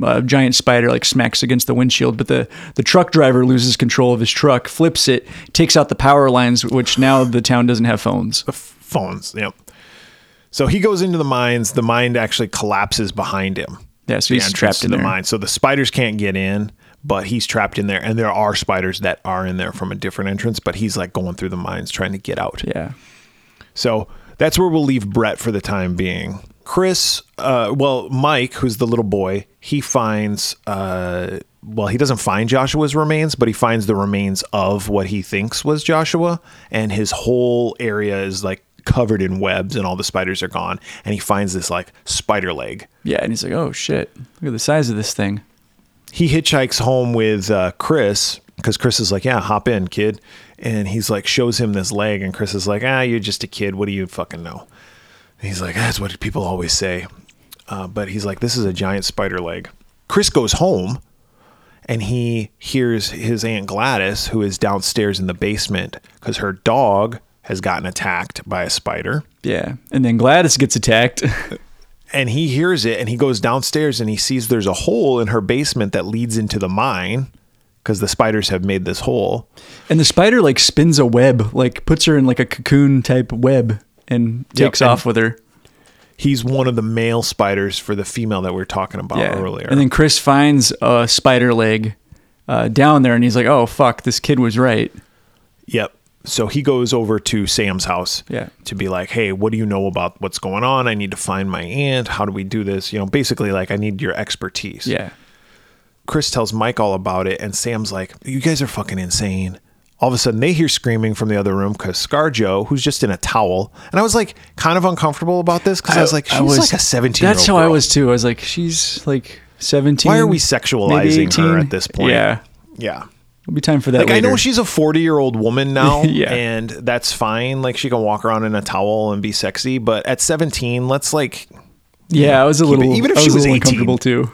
Speaker 1: a giant spider like smacks against the windshield. But the the truck driver loses control of his truck, flips it, takes out the power lines, which now the town doesn't have phones.
Speaker 2: Phones. Yep. So he goes into the mines. The mine actually collapses behind him.
Speaker 1: Yeah, so he's
Speaker 2: entrance
Speaker 1: trapped
Speaker 2: to
Speaker 1: in
Speaker 2: the
Speaker 1: there.
Speaker 2: mine. So the spiders can't get in, but he's trapped in there, and there are spiders that are in there from a different entrance, but he's like going through the mines trying to get out.
Speaker 1: Yeah.
Speaker 2: So that's where we'll leave Brett for the time being. Chris, uh, well, Mike, who's the little boy, he finds, uh, well, he doesn't find Joshua's remains, but he finds the remains of what he thinks was Joshua, and his whole area is like covered in webs, and all the spiders are gone, and he finds this like spider leg.
Speaker 1: Yeah. And he's like, oh, shit. Look at the size of this thing.
Speaker 2: he hitchhikes home with uh, Chris because Chris is like, "Yeah, hop in, kid," and he's like, shows him this leg, and Chris is like, "Ah, you're just a kid. What do you fucking know?" And he's like, "That's what people always say," uh, but he's like, "This is a giant spider leg." Chris goes home, and he hears his aunt Gladys, who is downstairs in the basement, because her dog has gotten attacked by a spider
Speaker 1: Yeah. And then Gladys gets attacked. <laughs>
Speaker 2: and he hears it and he goes downstairs and he sees there's a hole in her basement that leads into the mine because the spiders have made this hole.
Speaker 1: and the spider like spins a web, like puts her in like a cocoon type web and takes
Speaker 2: and-
Speaker 1: off with her.
Speaker 2: He's one of the male spiders for the female that we were talking about
Speaker 1: Yeah.
Speaker 2: uh, earlier.
Speaker 1: And then Chris finds a spider leg uh, down there and he's like, oh, fuck, this kid was right.
Speaker 2: yep. So he goes over to Sam's house
Speaker 1: Yeah.
Speaker 2: to be like, hey, what do you know about what's going on? I need to find my aunt. How do we do this? You know, basically, like, I need your expertise.
Speaker 1: Yeah.
Speaker 2: Chris tells Mike all about it, and Sam's like, "You guys are fucking insane." All of a sudden, they hear screaming from the other room because Scarjo, who's just in a towel, and I was like, kind of uncomfortable about this because I, was like, "She's like a seventeen-year-old."
Speaker 1: That's how I
Speaker 2: girl.
Speaker 1: was too. I was like, she's like 17.
Speaker 2: Why are we
Speaker 1: maybe
Speaker 2: sexualizing her
Speaker 1: 18.
Speaker 2: at this point?
Speaker 1: Yeah.
Speaker 2: yeah.
Speaker 1: It'll be time for that.
Speaker 2: Like I know
Speaker 1: later.
Speaker 2: she's a forty-year-old woman
Speaker 1: <laughs>
Speaker 2: now,
Speaker 1: Yeah.
Speaker 2: and that's fine. Like she can walk around in a towel and be sexy, but at seventeen, let's like,
Speaker 1: Yeah, I was a
Speaker 2: Keep it-
Speaker 1: little.
Speaker 2: even if
Speaker 1: I
Speaker 2: she
Speaker 1: was, a
Speaker 2: was
Speaker 1: little
Speaker 2: 18.
Speaker 1: uncomfortable too.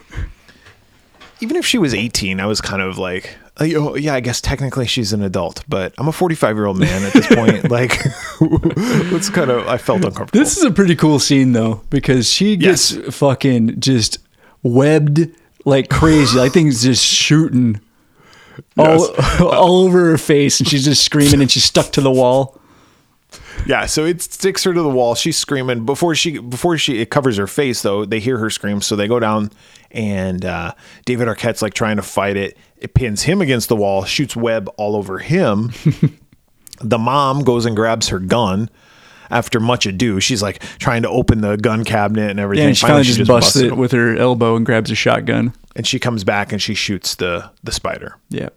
Speaker 2: even if she was eighteen, I was kind of like. Oh, yeah, I guess technically she's an adult, but I'm a 45 year old man at
Speaker 1: <laughs>
Speaker 2: this point. like, <laughs> it's kind of, I felt uncomfortable.
Speaker 1: This is a pretty cool scene though, because she gets fucking just webbed like crazy. like things just shooting all all <laughs> over her face, and she's just screaming, and she's stuck to the wall.
Speaker 2: Yeah, so it sticks her to the wall. She's screaming before she before she it covers her face though. They hear her scream, so they go down and uh, David Arquette's like trying to fight it. It pins him against the wall, shoots web all
Speaker 1: <laughs>
Speaker 2: over him. the mom goes and grabs her gun. After much ado, she's like trying to open the gun cabinet and everything.
Speaker 1: Yeah, and she finally, just busts,
Speaker 2: busts
Speaker 1: it with her elbow and grabs a shotgun.
Speaker 2: and she comes back and she shoots the the spider
Speaker 1: Yeah,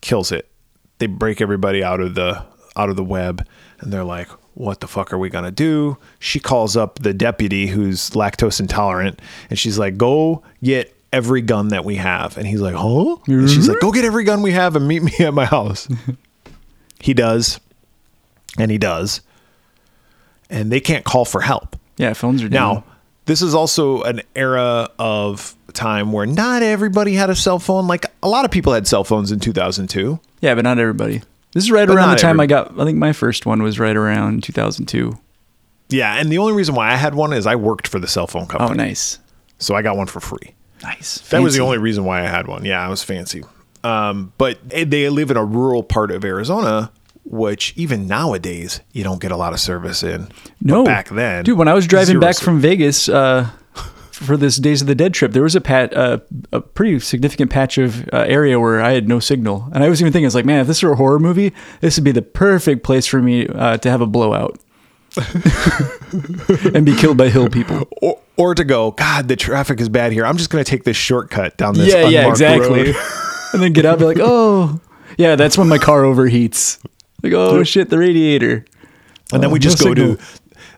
Speaker 2: kills it. They break everybody out of the out of the web, and they're like, "What the fuck are we gonna do?" She calls up the deputy who's lactose intolerant, and she's like, "Go get every gun that we have." And he's like, "Huh?" And she's like, "Go get every gun we have and meet me at my house." <laughs> he does, and he does, and they can't call for help.
Speaker 1: yeah, phones are down.
Speaker 2: Now, this is also an era of time where not everybody had a cell phone. Like a lot of people had cell phones in 2002.
Speaker 1: yeah, but not everybody. This is right
Speaker 2: But
Speaker 1: around the
Speaker 2: not
Speaker 1: time
Speaker 2: every-
Speaker 1: I got. I think my first one was right around 2002.
Speaker 2: Yeah, and the only reason why I had one is I worked for the cell phone
Speaker 1: Oh,
Speaker 2: company.
Speaker 1: nice,
Speaker 2: So I got one for free.
Speaker 1: nice.
Speaker 2: That was
Speaker 1: Fancy.
Speaker 2: the only reason why I had one. Yeah, I was fancy. Um, but they live in a rural part of Arizona, which even nowadays you don't get a lot of service in.
Speaker 1: No,
Speaker 2: back then,
Speaker 1: dude. When I was driving
Speaker 2: zero
Speaker 1: back
Speaker 2: service.
Speaker 1: from Vegas uh, for this Days of the Dead trip, there was a pat, uh, a pretty significant patch of uh, area where I had no signal, and I was even thinking, I was like, man, if this were a horror movie, this would be the perfect place for me uh, to have a blowout <laughs> and be killed by hill people.
Speaker 2: or, or to go, God, the traffic is bad here. I'm just going to take this shortcut down this.
Speaker 1: yeah, yeah,
Speaker 2: unmarked
Speaker 1: exactly.
Speaker 2: road."
Speaker 1: <laughs> and then get out, and
Speaker 2: <laughs>
Speaker 1: be like, oh, yeah, that's when my car overheats. Like, oh shit, the radiator. <laughs>
Speaker 2: And then
Speaker 1: Uh,
Speaker 2: we just
Speaker 1: no
Speaker 2: go
Speaker 1: signal.
Speaker 2: to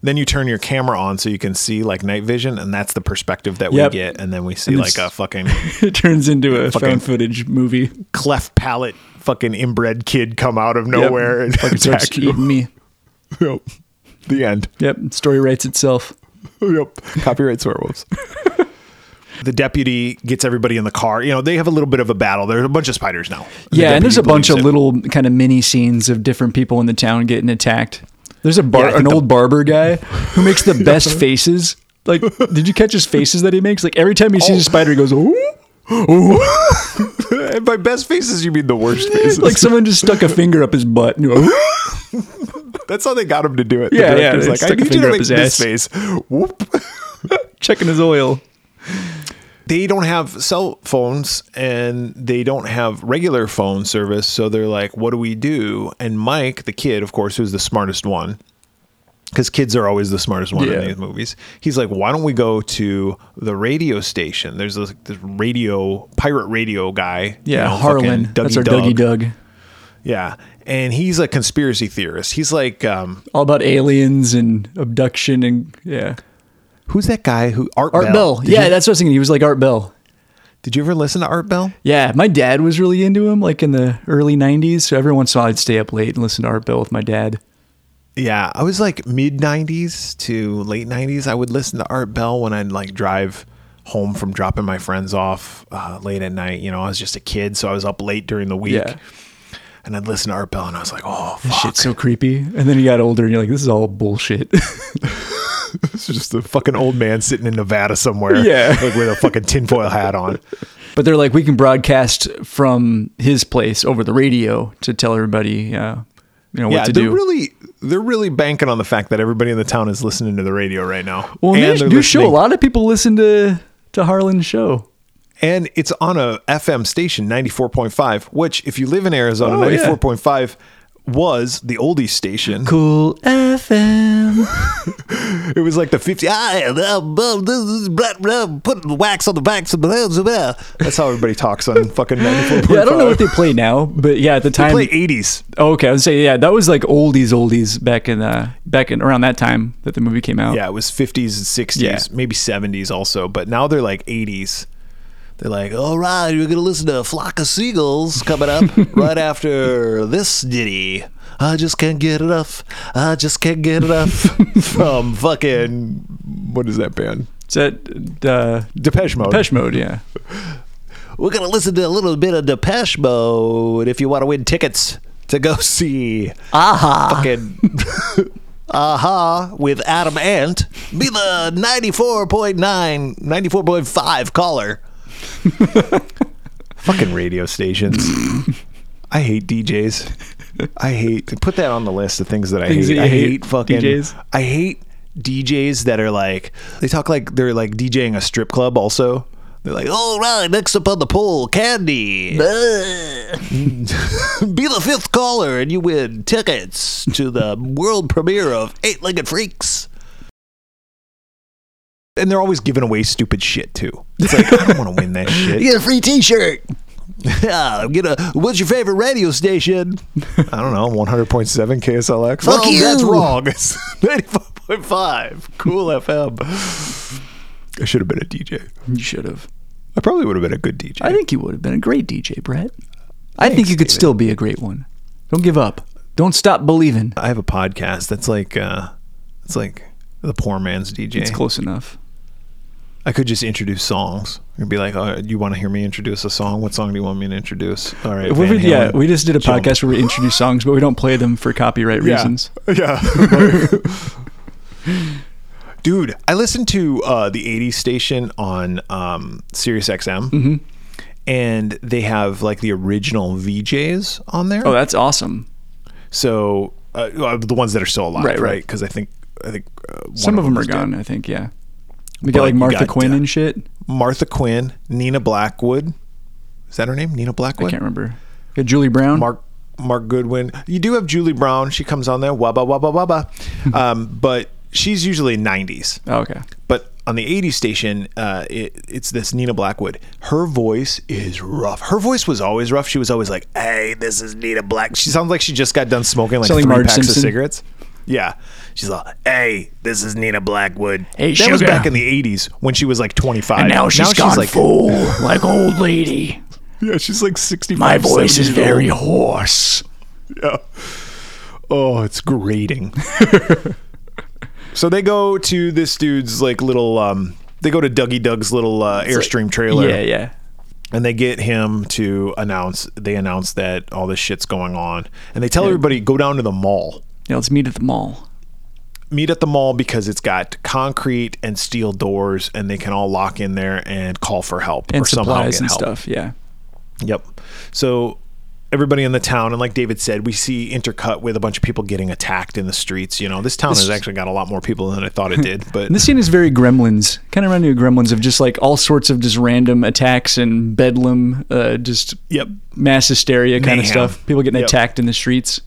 Speaker 2: then you turn your camera on so you can see like night vision and that's the perspective that
Speaker 1: Yep.
Speaker 2: we get and then we see
Speaker 1: And
Speaker 2: like a
Speaker 1: it's-
Speaker 2: fucking
Speaker 1: It turns into a
Speaker 2: Fucking-
Speaker 1: found footage movie.
Speaker 2: cleft palate fucking inbred kid come out of
Speaker 1: Yep.
Speaker 2: nowhere and
Speaker 1: Fucking starts
Speaker 2: attack you.
Speaker 1: eating me.
Speaker 2: Yep. The end. Oh,
Speaker 1: Yep, story writes itself.
Speaker 2: Yep. Copyright werewolves. the deputy gets everybody in the car. You know, they have a little bit of a battle. There's a bunch of spiders now. The
Speaker 1: Yeah, and
Speaker 2: deputy
Speaker 1: there's a bunch of
Speaker 2: believes it.
Speaker 1: little kind of mini scenes of different people in the town getting attacked. There's a bar,
Speaker 2: Yeah, I think
Speaker 1: an
Speaker 2: the-
Speaker 1: old barber
Speaker 2: <laughs>
Speaker 1: guy who makes the best faces. Like, did you catch his faces that he makes? Like every time he sees a
Speaker 2: Oh.
Speaker 1: spider, he goes, "Ooh!"
Speaker 2: <laughs> and by best faces you mean the worst
Speaker 1: <laughs>
Speaker 2: faces.
Speaker 1: Like someone just stuck a finger up his butt. And you go, "Ooh."
Speaker 2: that's how they got him to do it.
Speaker 1: Yeah, yeah,
Speaker 2: the director's
Speaker 1: they
Speaker 2: like, I
Speaker 1: stuck a
Speaker 2: need you
Speaker 1: finger
Speaker 2: to
Speaker 1: up
Speaker 2: make
Speaker 1: his
Speaker 2: this face. Whoop.
Speaker 1: Checking his oil.
Speaker 2: they don't have cell phones and they don't have regular phone service. So they're like, what do we do? And Mike, the kid, of course, who's the smartest one, because kids are always the smartest one
Speaker 1: Yeah.
Speaker 2: in these movies. He's like, why don't we go to the radio station? There's this, this radio, pirate radio guy. you
Speaker 1: Yeah,
Speaker 2: know,
Speaker 1: Harlan.
Speaker 2: fucking
Speaker 1: That's our Dougie Doug.
Speaker 2: Yeah. And he's a conspiracy theorist. He's like, um,
Speaker 1: All about aliens and abduction and yeah.
Speaker 2: who's that guy who Art,
Speaker 1: Art Bell.
Speaker 2: Did
Speaker 1: Yeah,
Speaker 2: you-
Speaker 1: that's what I was thinking. He was like Art Bell.
Speaker 2: did you ever listen to Art Bell?
Speaker 1: Yeah, my dad was really into him, like in the early '90s. So every once in a while, I'd stay up late and listen to Art Bell with my dad.
Speaker 2: Yeah, I was like mid '90s to late '90s. I would listen to Art Bell when I'd like drive home from dropping my friends off uh, late at night. You know, I was just a kid, so I was up late during the week,
Speaker 1: Yeah.
Speaker 2: and I'd listen to Art Bell, and I was like, "Oh, <laughs> fuck.
Speaker 1: Shit's so creepy. And then you got older, and you're like, "This is all bullshit." <laughs>
Speaker 2: it's just a fucking old man sitting in Nevada somewhere,
Speaker 1: Yeah.
Speaker 2: like with a fucking tinfoil hat on."
Speaker 1: but they're like, "We can broadcast from his place over the radio to tell everybody, uh, you know,
Speaker 2: <laughs> yeah,
Speaker 1: what to
Speaker 2: they're
Speaker 1: do."
Speaker 2: really they're really banking on the fact that everybody in the town is listening to the radio right now.
Speaker 1: well,
Speaker 2: And
Speaker 1: and
Speaker 2: they're
Speaker 1: their, their show. A
Speaker 2: listening-
Speaker 1: lot of people listen to to Harlan's show.
Speaker 2: and it's on a FM station, 94.5, which if you live in Arizona,
Speaker 1: Oh, yeah.
Speaker 2: 94.5 was the oldies station.
Speaker 1: Cool FM.
Speaker 2: It was like the 50, I am, uh, blah, this is blah, blah, put wax on the backs of the blah, blah. That's how everybody talks on fucking 94.5.
Speaker 1: yeah, I don't know what they play now, but yeah, at the
Speaker 2: they
Speaker 1: time,
Speaker 2: play 80s.
Speaker 1: Oh, okay, I would say yeah, that was like oldies, oldies back in uh, back in around that time that the movie came out.
Speaker 2: Yeah, it was 50s and 60s,
Speaker 1: Yeah.
Speaker 2: maybe 70s also, but now they're like 80s. They're like, all right, you're going to listen to Flock of Seagulls
Speaker 1: <laughs>
Speaker 2: coming up right after this ditty. I just can't get enough. I just can't
Speaker 1: <laughs>
Speaker 2: get enough from fucking. What is that band?
Speaker 1: Is that uh,
Speaker 2: Depeche Mode.
Speaker 1: Depeche Mode? Yeah.
Speaker 2: We're going to listen to a little bit of Depeche Mode if you want to win tickets to go <laughs> see
Speaker 1: Aha.
Speaker 2: fucking <laughs> aha with Adam Ant be the 94.9 94.5 caller fucking radio
Speaker 1: <laughs>
Speaker 2: stations I hate DJs I hate put that on the list of things that I
Speaker 1: Things
Speaker 2: hate
Speaker 1: that you
Speaker 2: I
Speaker 1: hate,
Speaker 2: hate, fucking
Speaker 1: DJs?
Speaker 2: I hate DJs that are like they talk like they're like DJing a strip club also they're like, all right, next up on the poll, Candy. <laughs> Be the fifth caller and you win tickets to the world premiere of Eight Legged Freaks. And they're always giving away stupid shit too. It's like I don't want to
Speaker 1: <laughs>
Speaker 2: win that shit.
Speaker 3: Get a free T-shirt.
Speaker 2: Yeah, I'm gonna. What's your favorite radio station? I don't know, 100.7 KSLX.
Speaker 3: Fuck
Speaker 2: oh, That's
Speaker 3: you.
Speaker 2: wrong. It's <laughs> 94.5 Cool FM. I should have been a DJ.
Speaker 1: You should have.
Speaker 2: I probably would have been a good DJ.
Speaker 1: I think you would have been a great DJ, Brett. I think you could still be a great one. Don't give up. Don't stop believing.
Speaker 2: I have a podcast that's like uh it's like the poor man's DJ.
Speaker 1: It's close enough.
Speaker 2: I could just introduce songs and be like, oh, "You want to hear me introduce a song? What song do you want me to introduce?" All right.
Speaker 1: We,
Speaker 2: Van
Speaker 1: we- yeah,
Speaker 2: Halen,
Speaker 1: we just did a
Speaker 2: Jump.
Speaker 1: podcast where we introduce songs, but we don't play them for copyright reasons.
Speaker 2: Yeah. Dude, I listened to uh, the 80s station on um, Sirius XM,
Speaker 1: Mm-hmm.
Speaker 2: and they have like the original VJs on there.
Speaker 1: Oh, that's awesome.
Speaker 2: so uh, well, the ones that are still alive,
Speaker 1: Right,
Speaker 2: right?
Speaker 1: right.
Speaker 2: Because I think I think uh, one
Speaker 1: Some of them are
Speaker 2: is dead.
Speaker 1: gone, I think. Yeah. We got
Speaker 2: But
Speaker 1: like
Speaker 2: you
Speaker 1: Martha
Speaker 2: got,
Speaker 1: Quinn
Speaker 2: uh,
Speaker 1: and shit.
Speaker 2: Martha Quinn, Nina Blackwood. Is that her name? Nina
Speaker 1: I
Speaker 2: Blackwood.
Speaker 1: can't remember. We got Julie Brown.
Speaker 2: Mark Mark Goodwin. You do have Julie Brown. She comes on there. Wabba wabba
Speaker 1: Mm-hmm.
Speaker 2: wabba. um, but she's usually nineties.
Speaker 1: Oh, okay.
Speaker 2: But on the '80s station, uh, it, it's this Nina Blackwood. Her voice is rough. Her voice was always rough. She was always like, "Hey, this is Nina Black." She sounds like she just got done smoking like
Speaker 1: Sounds like
Speaker 2: three
Speaker 1: Marge
Speaker 2: packs
Speaker 1: Simpson.
Speaker 2: of cigarettes. Yeah, she's like, "Hey, this is Nina Blackwood."
Speaker 1: Hey,
Speaker 2: that was
Speaker 1: sugar.
Speaker 2: back in the '80s when she was like 25.
Speaker 1: And now she's gone
Speaker 2: like, <laughs>
Speaker 1: full, like old lady.
Speaker 2: <laughs> Yeah, she's like 65.
Speaker 1: My voice is
Speaker 2: 70 years old.
Speaker 1: very hoarse.
Speaker 2: Yeah. Oh,
Speaker 1: <laughs>
Speaker 2: it's grating. so they go to this dude's like little um they go to Dougie Doug's little uh, Airstream trailer
Speaker 1: Yeah, yeah.
Speaker 2: and they get him to announce they announce that all this shit's going on and they tell everybody go down to the mall.
Speaker 1: Yeah, let's meet at the mall.
Speaker 2: Meet at the mall because it's got concrete and steel doors and they can all lock in there and call for help
Speaker 1: And
Speaker 2: or somehow
Speaker 1: supplies
Speaker 2: get
Speaker 1: and
Speaker 2: help.
Speaker 1: stuff, yeah.
Speaker 2: Yep. So everybody in the town, and like David said, we see intercut with a bunch of people getting attacked in the streets. You know, this town has actually got a lot more people than I thought it did. But
Speaker 1: And this scene is very Gremlins. Kind of reminded me of Gremlins of just like all sorts of just random attacks and bedlam, uh, just
Speaker 2: yep,
Speaker 1: mass hysteria kind
Speaker 2: Mayhem.
Speaker 1: of stuff. People getting
Speaker 2: Yep.
Speaker 1: attacked in the streets.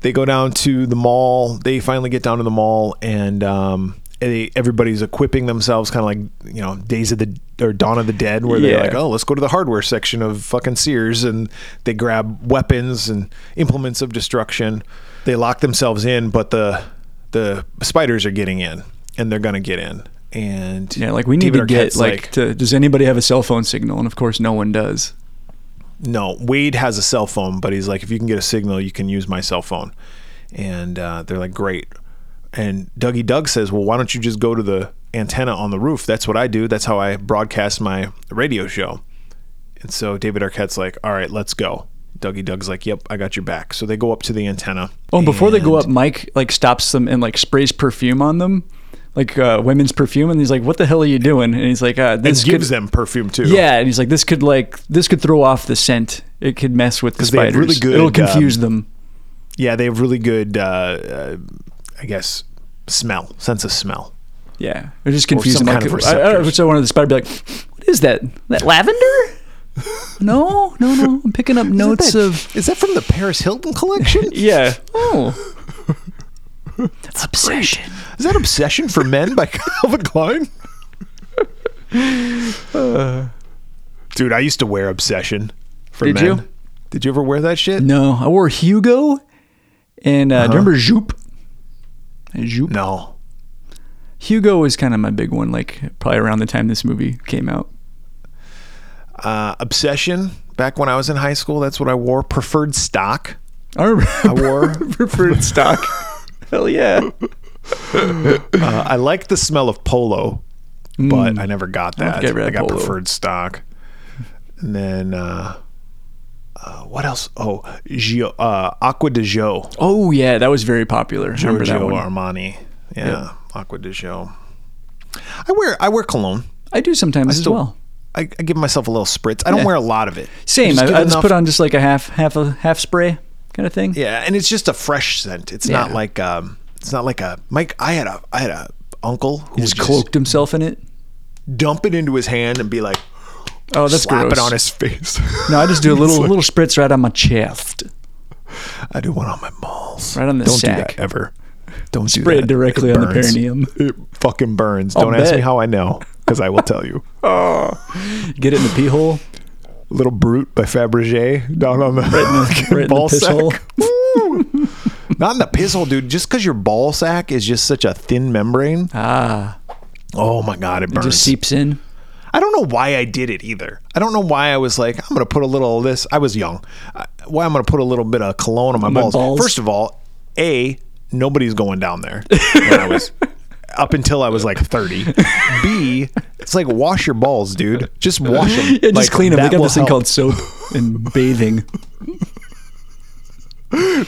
Speaker 2: they go down to the mall. They finally get down to the mall, and um, they, everybody's equipping themselves, kind of like you know, Days of the or Dawn of the Dead, where they're
Speaker 1: Yeah.
Speaker 2: like, "Oh, let's go to the hardware section of fucking Sears," and they grab weapons and implements of destruction. They lock themselves in, but the the spiders are getting in, and they're gonna get in. And
Speaker 1: Yeah, like we need
Speaker 2: David
Speaker 1: to get
Speaker 2: Arquette's
Speaker 1: like, to, does anybody have a cell phone signal? And of course, no one does.
Speaker 2: no, Wade has a cell phone, but he's like, if you can get a signal, you can use my cell phone. And uh, they're like, great. And Dougie Doug says, well, why don't you just go to the antenna on the roof? That's what I do. That's how I broadcast my radio show. And so David Arquette's like, all right, let's go. Dougie Doug's like, yep, I got your back. So they go up to the antenna.
Speaker 1: Oh, and before they go
Speaker 2: and-
Speaker 1: up, Mike like stops them and like sprays perfume on them, like uh, women's perfume, and he's like, "What the hell are you doing?" And he's like, uh,
Speaker 2: and
Speaker 1: "This
Speaker 2: gives
Speaker 1: could,
Speaker 2: them perfume too.
Speaker 1: yeah," and he's like, "This could like this could throw off the scent. It could mess with the
Speaker 2: they have
Speaker 1: spiders.
Speaker 2: really good, um,
Speaker 1: It'll confuse them."
Speaker 2: Yeah, they have really good, uh, uh, I guess, smell, sense of smell.
Speaker 1: Yeah, it just confused
Speaker 2: some
Speaker 1: them.
Speaker 2: kind
Speaker 1: like,
Speaker 2: of
Speaker 1: I, I,
Speaker 2: receptors.
Speaker 1: so one of the spider be like, "What is that? That
Speaker 2: <laughs>
Speaker 1: lavender?" no, no, no. I'm picking up notes of
Speaker 2: Is that from the Paris Hilton <laughs> collection?
Speaker 1: yeah.
Speaker 2: <laughs>
Speaker 1: Oh, obsession.
Speaker 2: Is that Obsession for Men by <laughs> Calvin Klein? Uh. Dude, I used to wear Obsession for
Speaker 1: Did
Speaker 2: Men.
Speaker 1: you?
Speaker 2: Did you ever wear that shit?
Speaker 1: No, I wore Hugo, and uh, do you remember Joop? Joop.
Speaker 2: Uh-huh. No.
Speaker 1: Hugo was kind of my big one, like probably around the time this movie came out.
Speaker 2: Uh, Obsession, back when I was in high school, that's what I wore. Preferred Stock,
Speaker 1: <laughs> I remember
Speaker 2: I <laughs> wore.
Speaker 1: preferred stock. Hell yeah.
Speaker 2: Uh, I liked the smell of polo,
Speaker 1: Mm.
Speaker 2: but I never got
Speaker 1: don't
Speaker 2: that.
Speaker 1: think I ever
Speaker 2: I,
Speaker 1: had
Speaker 2: got
Speaker 1: polo.
Speaker 2: preferred stock. And then, uh, uh, what else? Oh, Gio, uh, Aqua de Joe.
Speaker 1: Oh yeah, that was very popular. I remember that
Speaker 2: Giorgio
Speaker 1: one.
Speaker 2: Armani. Yeah, Aqua di Gio. I wear I wear cologne.
Speaker 1: I do sometimes as
Speaker 2: still-
Speaker 1: well.
Speaker 2: I, I give myself a little spritz. I don't
Speaker 1: Yeah.
Speaker 2: wear a lot of it.
Speaker 1: Same.
Speaker 2: Just
Speaker 1: I,
Speaker 2: get
Speaker 1: I just
Speaker 2: enough-
Speaker 1: put on just like a half, half a half spray kind of thing.
Speaker 2: Yeah, and it's just a fresh scent. It's not
Speaker 1: Yeah.
Speaker 2: like um, it's not like a Mike. I had a I had a uncle who
Speaker 1: Just
Speaker 2: would
Speaker 1: cloaked himself in it.
Speaker 2: just dump it into his hand and be like,
Speaker 1: Oh, that's
Speaker 2: slap
Speaker 1: gross.
Speaker 2: it on his face.
Speaker 1: <laughs> No, I just do a
Speaker 2: <laughs>
Speaker 1: little little spritz right on my chest,
Speaker 2: I do one on my balls.
Speaker 1: Right on the
Speaker 2: Don't do
Speaker 1: sack.
Speaker 2: that ever. Don't
Speaker 1: spray
Speaker 2: do
Speaker 1: it
Speaker 2: that.
Speaker 1: directly
Speaker 2: It
Speaker 1: on the
Speaker 2: burns.
Speaker 1: perineum.
Speaker 2: It fucking burns.
Speaker 1: I'll
Speaker 2: Don't ask
Speaker 1: bet.
Speaker 2: me how I know because I will tell you. Oh.
Speaker 1: Get it in the pee hole.
Speaker 2: Little Brute by Fabergé down on the, <laughs>
Speaker 1: right in the
Speaker 2: ball
Speaker 1: piss
Speaker 2: sack.
Speaker 1: hole.
Speaker 2: Woo. Not in the piss hole, dude. Just because your ball sack is just such a thin membrane.
Speaker 1: Ah,
Speaker 2: Oh my god, it burns.
Speaker 1: just seeps in.
Speaker 2: I don't know why I did it either. I don't know why I was like, I'm gonna put a little of this. I was young. I- Why I'm gonna put a little bit of cologne on my,
Speaker 1: my
Speaker 2: balls.
Speaker 1: balls.
Speaker 2: First of all, a nobody's going down there. When
Speaker 1: <laughs>
Speaker 2: I was up until I was like 30. B, it's like wash your balls, dude. Just wash them.
Speaker 1: Yeah, just
Speaker 2: Like,
Speaker 1: clean them. They
Speaker 2: that
Speaker 1: got
Speaker 2: will
Speaker 1: this thing
Speaker 2: help.
Speaker 1: called soap and <laughs> bathing.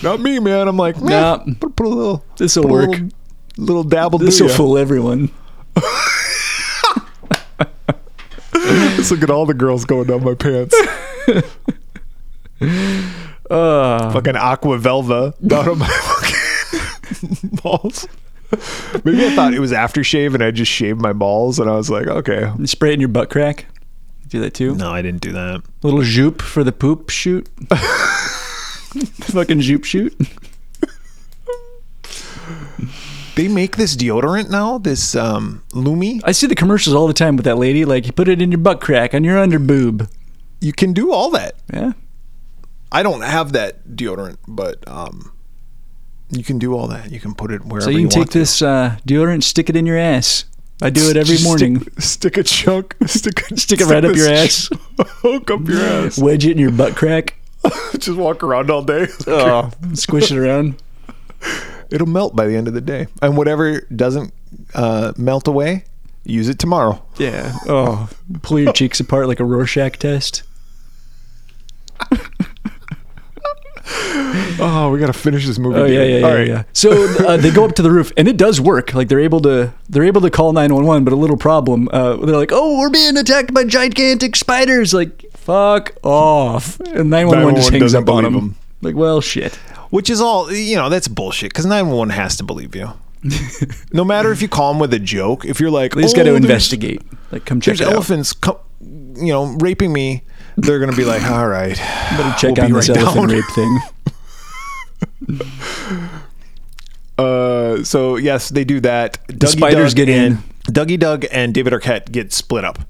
Speaker 2: Not me, man. I'm like, nah.
Speaker 1: Nah.
Speaker 2: Put, put a little.
Speaker 1: This'll
Speaker 2: put a
Speaker 1: work.
Speaker 2: Little, little dabble.
Speaker 1: This
Speaker 2: do
Speaker 1: will
Speaker 2: ya.
Speaker 1: fool everyone.
Speaker 2: Let's look at all the girls going down my <laughs> pants. fucking aqua velva down on my <laughs> fucking balls. Maybe I thought it was aftershave and I just shaved my balls and I was like, okay.
Speaker 1: You spray it in your butt crack. Do that too.
Speaker 2: No, I didn't do that.
Speaker 1: Little zoop for the poop shoot. <laughs> Fucking zoop shoot.
Speaker 2: They make this deodorant now, this um, Lumi.
Speaker 1: I see the commercials all the time with that lady. Like you put it in your butt crack on your under boob.
Speaker 2: You can do all that.
Speaker 1: Yeah.
Speaker 2: I don't have that deodorant, but um, you can do all that. You can put it wherever
Speaker 1: So you can
Speaker 2: want
Speaker 1: take
Speaker 2: to.
Speaker 1: this uh, deodorant, stick it in your ass. I do it every
Speaker 2: Just
Speaker 1: morning.
Speaker 2: Stick, stick a chunk. <laughs> Stick,
Speaker 1: <laughs>
Speaker 2: a,
Speaker 1: Stick it right up <laughs> your
Speaker 2: this
Speaker 1: ass.
Speaker 2: <laughs> Hook up your ass.
Speaker 1: Wedge it in your butt crack.
Speaker 2: <laughs> Just walk around all day.
Speaker 1: Squish it around.
Speaker 2: It'll melt by the end of the day. And whatever doesn't uh, melt away, use it tomorrow.
Speaker 1: Yeah. Oh, pull your cheeks apart like a Rorschach test.
Speaker 2: Oh, we got to finish this movie.
Speaker 1: Oh yeah, yeah, yeah, yeah. So uh, they go up to the roof, and it does work. Like they're able to, they're able to call nine one one. But a little problem. Uh, they're like, "Oh, we're being attacked by gigantic spiders!" Like, fuck off. And 911 just
Speaker 2: 911
Speaker 1: hangs
Speaker 2: doesn't
Speaker 1: up on
Speaker 2: believe
Speaker 1: him.
Speaker 2: him.
Speaker 1: Like, well, shit.
Speaker 2: Which is all, you know, that's bullshit because 911 has to believe
Speaker 1: <laughs>
Speaker 2: you. no matter if you call them with a joke, if you're like,
Speaker 1: They just
Speaker 2: oh,
Speaker 1: got to
Speaker 2: there's-
Speaker 1: investigate. Like, come check
Speaker 2: There's
Speaker 1: it out.
Speaker 2: elephants, co- you know, raping me. They're going to be like, all right.
Speaker 1: Better check
Speaker 2: We'll
Speaker 1: out
Speaker 2: be
Speaker 1: this
Speaker 2: right
Speaker 1: elephant
Speaker 2: down.
Speaker 1: rape
Speaker 2: <laughs>
Speaker 1: thing.
Speaker 2: Uh, so, yes, they do that. Dougie
Speaker 1: spiders
Speaker 2: Doug
Speaker 1: get in.
Speaker 2: and- Dougie Doug and David Arquette get split up.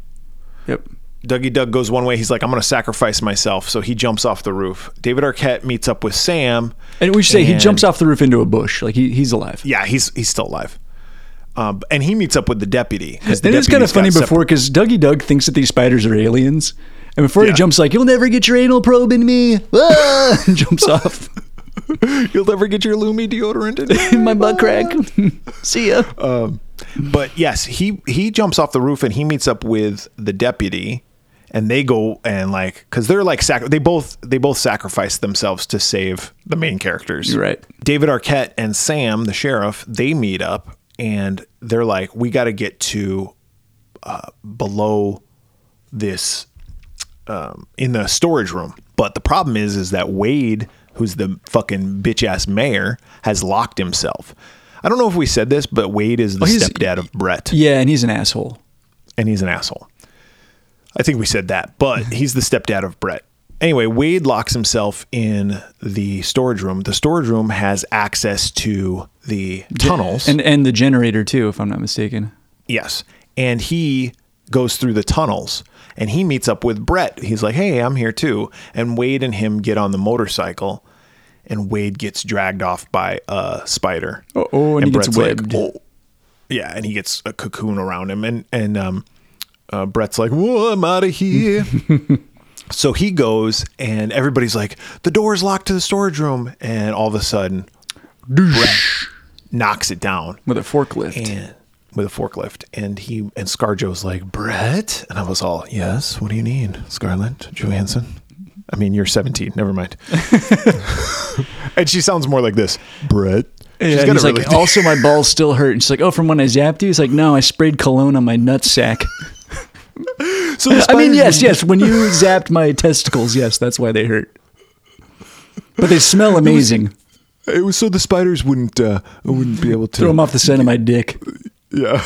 Speaker 1: Yep.
Speaker 2: Dougie Doug goes one way. He's like, I'm going to sacrifice myself. So he jumps off the roof. David Arquette meets up with Sam.
Speaker 1: And we should say he
Speaker 2: And-
Speaker 1: jumps off the roof into a bush. Like, he, he's alive.
Speaker 2: Yeah, he's he's still alive. Um, and he meets up with the deputy. 'cause the
Speaker 1: And it's kind of funny
Speaker 2: deputy's got separ-
Speaker 1: before because Dougie Doug thinks that these spiders are aliens, and before
Speaker 2: Yeah.
Speaker 1: he jumps, like you'll never get your anal probe in me, <laughs> ah! and jumps off
Speaker 2: <laughs> You'll never get your Lumi deodorant
Speaker 1: <laughs>
Speaker 2: in
Speaker 1: in my butt crack. See ya.
Speaker 2: um, but yes, he he jumps off the roof and he meets up with the deputy, and they go and like because they're like sac- they both they both sacrifice themselves to save the main characters.
Speaker 1: You're right.
Speaker 2: David Arquette and Sam, the sheriff, they meet up and they're like, we got to get to uh, below this um, in the storage room. But the problem is, is that Wade, who's the fucking bitch ass mayor, has locked himself. I don't know if we said this, but Wade is the
Speaker 1: Oh, he's-
Speaker 2: stepdad of Brett,
Speaker 1: yeah, and he's an asshole.
Speaker 2: and he's an asshole. I think we said
Speaker 1: <sighs>
Speaker 2: that, but he's the stepdad of Brett. Anyway, Wade locks himself in the storage room. The storage room has access to the tunnels.
Speaker 1: and and the generator too, if I'm not mistaken.
Speaker 2: Yes. And he goes through the tunnels and he meets up with Brett. He's like, hey, I'm here too. And Wade and him get on the motorcycle and Wade gets dragged off by a spider.
Speaker 1: Uh-oh, and he gets
Speaker 2: like,
Speaker 1: webbed.
Speaker 2: "Oh." Yeah, and he gets a cocoon around him. And, and um, uh, Brett's like, whoa, I'm out
Speaker 1: <laughs>
Speaker 2: of here. so he goes and everybody's like, the door's locked to the storage room. And all of a sudden, Brett knocks it down
Speaker 1: With a forklift.
Speaker 2: and with a forklift. And he and Scarjo's like, Brett? And I was all, Yes, what do you need? Scarlett Johansson? I mean, you're 17. Never mind. and she sounds more like this, Brett.
Speaker 1: Yeah, and
Speaker 2: got
Speaker 1: he's
Speaker 2: a
Speaker 1: like,
Speaker 2: really-
Speaker 1: also my balls still hurt. And she's like, oh, from when I zapped you? He's like, no, I sprayed cologne on my nutsack.
Speaker 2: <laughs> So the
Speaker 1: <laughs> I mean,
Speaker 2: spiders
Speaker 1: yes,
Speaker 2: were-
Speaker 1: yes, when you zapped my testicles, yes, that's why they hurt. But they smell amazing.
Speaker 2: It was so the spiders wouldn't uh, wouldn't be able to
Speaker 1: Throw them off the scent of my dick.
Speaker 2: Yeah.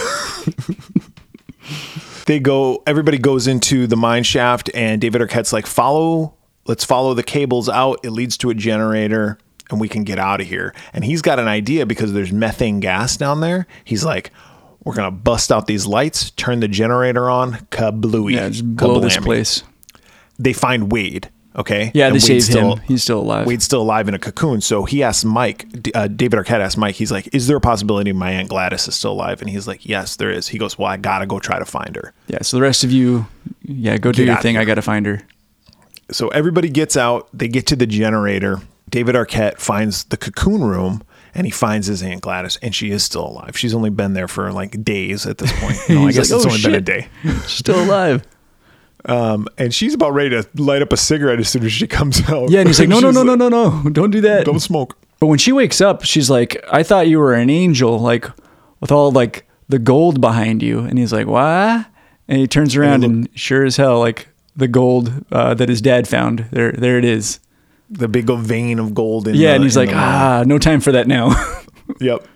Speaker 2: they go everybody goes into the mine shaft and David Arquette's like, follow let's follow the cables out. It leads to a generator and we can get out of here. And he's got an idea because there's methane gas down there. He's like, We're gonna bust out these lights, turn the generator on, kablooey.
Speaker 1: Yeah, just blow this
Speaker 2: kablammy."
Speaker 1: place.
Speaker 2: They find Wade. Okay.
Speaker 1: Yeah,
Speaker 2: And
Speaker 1: they
Speaker 2: Wade's
Speaker 1: saved
Speaker 2: still-
Speaker 1: him. He's still alive.
Speaker 2: Wade's still alive in a cocoon. So he asked Mike, D- uh, David Arquette asked Mike, he's like, Is there a possibility my Aunt Gladys is still alive? And he's like, Yes, there is. He goes, Well, I got to go try to find her.
Speaker 1: Yeah, so the rest of you, yeah, go do
Speaker 2: Get
Speaker 1: your
Speaker 2: out
Speaker 1: thing.
Speaker 2: here.
Speaker 1: I got to find
Speaker 2: <laughs>
Speaker 1: her.
Speaker 2: So everybody gets out. They get to the generator. David Arquette finds the cocoon room and he finds his Aunt Gladys, and she is still alive. She's only been there for like days at this
Speaker 1: <laughs>
Speaker 2: point. No, I
Speaker 1: He's
Speaker 2: guess
Speaker 1: like,
Speaker 2: it's
Speaker 1: "Oh,
Speaker 2: only been a
Speaker 1: shit."
Speaker 2: day.
Speaker 1: She's still alive.
Speaker 2: Um, and she's about <laughs> ready to light up a cigarette as soon as she comes out.
Speaker 1: Yeah, and
Speaker 2: <laughs>
Speaker 1: he's like, no, no,
Speaker 2: She's
Speaker 1: no, no, no, no, don't do that.
Speaker 2: Don't smoke.
Speaker 1: But when she wakes up, she's like, I thought you were an angel, like with all like the gold behind you. And he's like, why? And he turns around and, sure as hell, like the gold uh, that his dad found. There, there it is.
Speaker 2: The big old vein of gold. In
Speaker 1: Yeah,
Speaker 2: the-
Speaker 1: and he's
Speaker 2: in
Speaker 1: like,
Speaker 2: the room.
Speaker 1: ah, no time for that now. <laughs>
Speaker 2: Yep.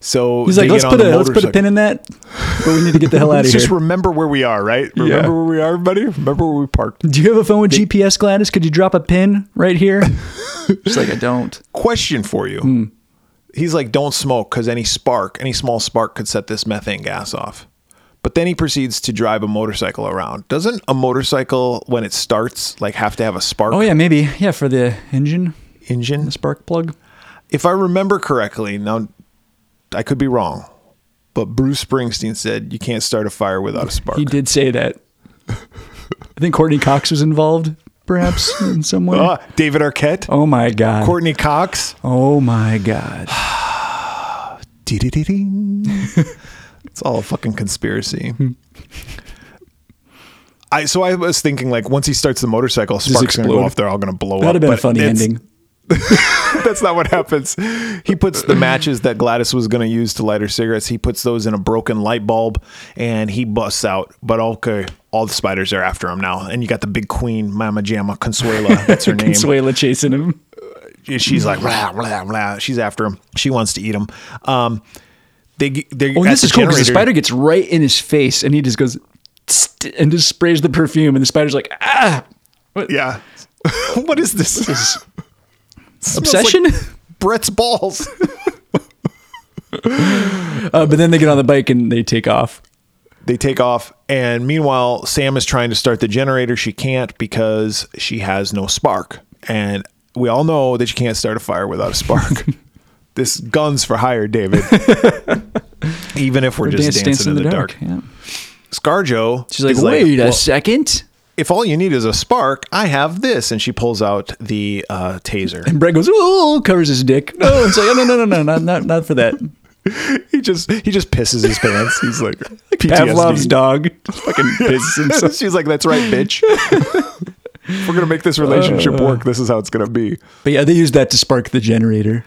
Speaker 2: So
Speaker 1: he's like,
Speaker 2: they
Speaker 1: let's
Speaker 2: get on
Speaker 1: put a
Speaker 2: the
Speaker 1: let's put a
Speaker 2: motorcycle.
Speaker 1: pin in that, but we need to get
Speaker 2: <laughs>
Speaker 1: the hell out of
Speaker 2: Let's
Speaker 1: here.
Speaker 2: just remember where we are, right? Remember where we are, buddy. Remember where we parked.
Speaker 1: Do you have a phone with GPS, Gladys? Could you drop a pin right
Speaker 2: <laughs>
Speaker 1: here? She's like, I don't.
Speaker 2: Question for you.
Speaker 1: Mm.
Speaker 2: He's like, don't smoke because any spark, any small spark could set this methane gas off. But then he proceeds to drive a motorcycle around. Doesn't a motorcycle, when it starts, like have to have a spark
Speaker 1: Oh yeah, maybe. Yeah, for the engine,
Speaker 2: engine?
Speaker 1: the spark plug.
Speaker 2: If I remember correctly, now I could be wrong, but Bruce Springsteen said you can't start a fire without a spark.
Speaker 1: He did say that. I think Courtney Cox was involved, perhaps in some way.
Speaker 2: Ah, David Arquette,
Speaker 1: oh my god.
Speaker 2: Courtney Cox.
Speaker 1: oh my
Speaker 2: <sighs>
Speaker 1: god.
Speaker 2: Dee-dee-dee-ding. it's all a fucking conspiracy. I so I was thinking like once he starts the motorcycle, sparks gonna go
Speaker 1: explode.
Speaker 2: off. They're all gonna blow
Speaker 1: That'd have been
Speaker 2: up.
Speaker 1: a
Speaker 2: but
Speaker 1: funny
Speaker 2: it's-
Speaker 1: ending.
Speaker 2: That's not what happens. He puts the matches that Gladys was gonna use to light her cigarettes. He puts those in a broken light bulb, and he busts out. But okay, all the spiders are after him now. And you got the big queen, Mama Jamma Consuela.
Speaker 1: <laughs>
Speaker 2: That's her name.
Speaker 1: Consuela chasing him.
Speaker 2: She's like, blah, blah, blah. She's after him. She wants to eat him. Um, they, g- they,
Speaker 1: Oh,
Speaker 2: at
Speaker 1: and this
Speaker 2: the
Speaker 1: is cool because the
Speaker 2: generator-
Speaker 1: spider gets right in his face and he just goes "Tst," and just sprays the perfume and the spider's like ah
Speaker 2: Yeah. <laughs> what is this? <laughs> This
Speaker 1: obsession. <laughs>
Speaker 2: Brett's balls.
Speaker 1: uh, but then they get on the bike and they take off.
Speaker 2: they take off and meanwhile sam is trying to start the generator she can't because she has no spark and we all know that you can't start a fire without a <laughs> spark this guns for hire <laughs> david even if we're, just dancing, in the, dark,
Speaker 1: Yeah.
Speaker 2: scarjo
Speaker 1: She's like,
Speaker 2: is
Speaker 1: wait
Speaker 2: "Well,
Speaker 1: a second.
Speaker 2: if all you need is a spark i have this and she pulls out the uh, taser
Speaker 1: Brett goes, oh, covers his dick. No, it's like, <laughs> oh, no, no, no, no, not, not, not for that.
Speaker 2: <laughs> he just he just pisses his pants he's <laughs> like PTSD.
Speaker 1: Pavlov's
Speaker 2: <laughs>
Speaker 1: dog <laughs> fucking pisses himself.
Speaker 2: she's like that's right <laughs> bitch If we're gonna make this relationship work this is how it's gonna be
Speaker 1: But yeah, they use that to spark the generator.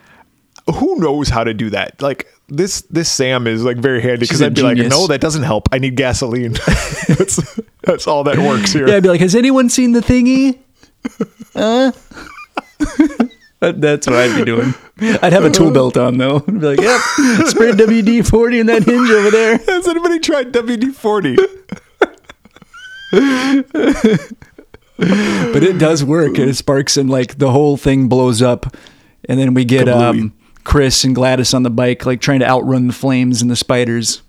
Speaker 2: who knows how to do that? Like this, this Sam is like very handy
Speaker 1: She's
Speaker 2: because
Speaker 1: a
Speaker 2: I'd be like,
Speaker 1: genius.
Speaker 2: no, that doesn't help. I
Speaker 1: <laughs>
Speaker 2: need gasoline. that's that's all that works here.
Speaker 1: Yeah, I'd be like, has anyone seen the <laughs> thingy? Uh? Huh? That- That's what I'd be doing. I'd have a tool belt on though. I'd be like, yep, <laughs> spray WD forty in that hinge over there.
Speaker 2: Has anybody tried WD forty?
Speaker 1: But it does work, and it sparks, and like the whole thing blows up, and then we get um, Chris and Gladys on the bike, like trying to outrun the flames and the spiders,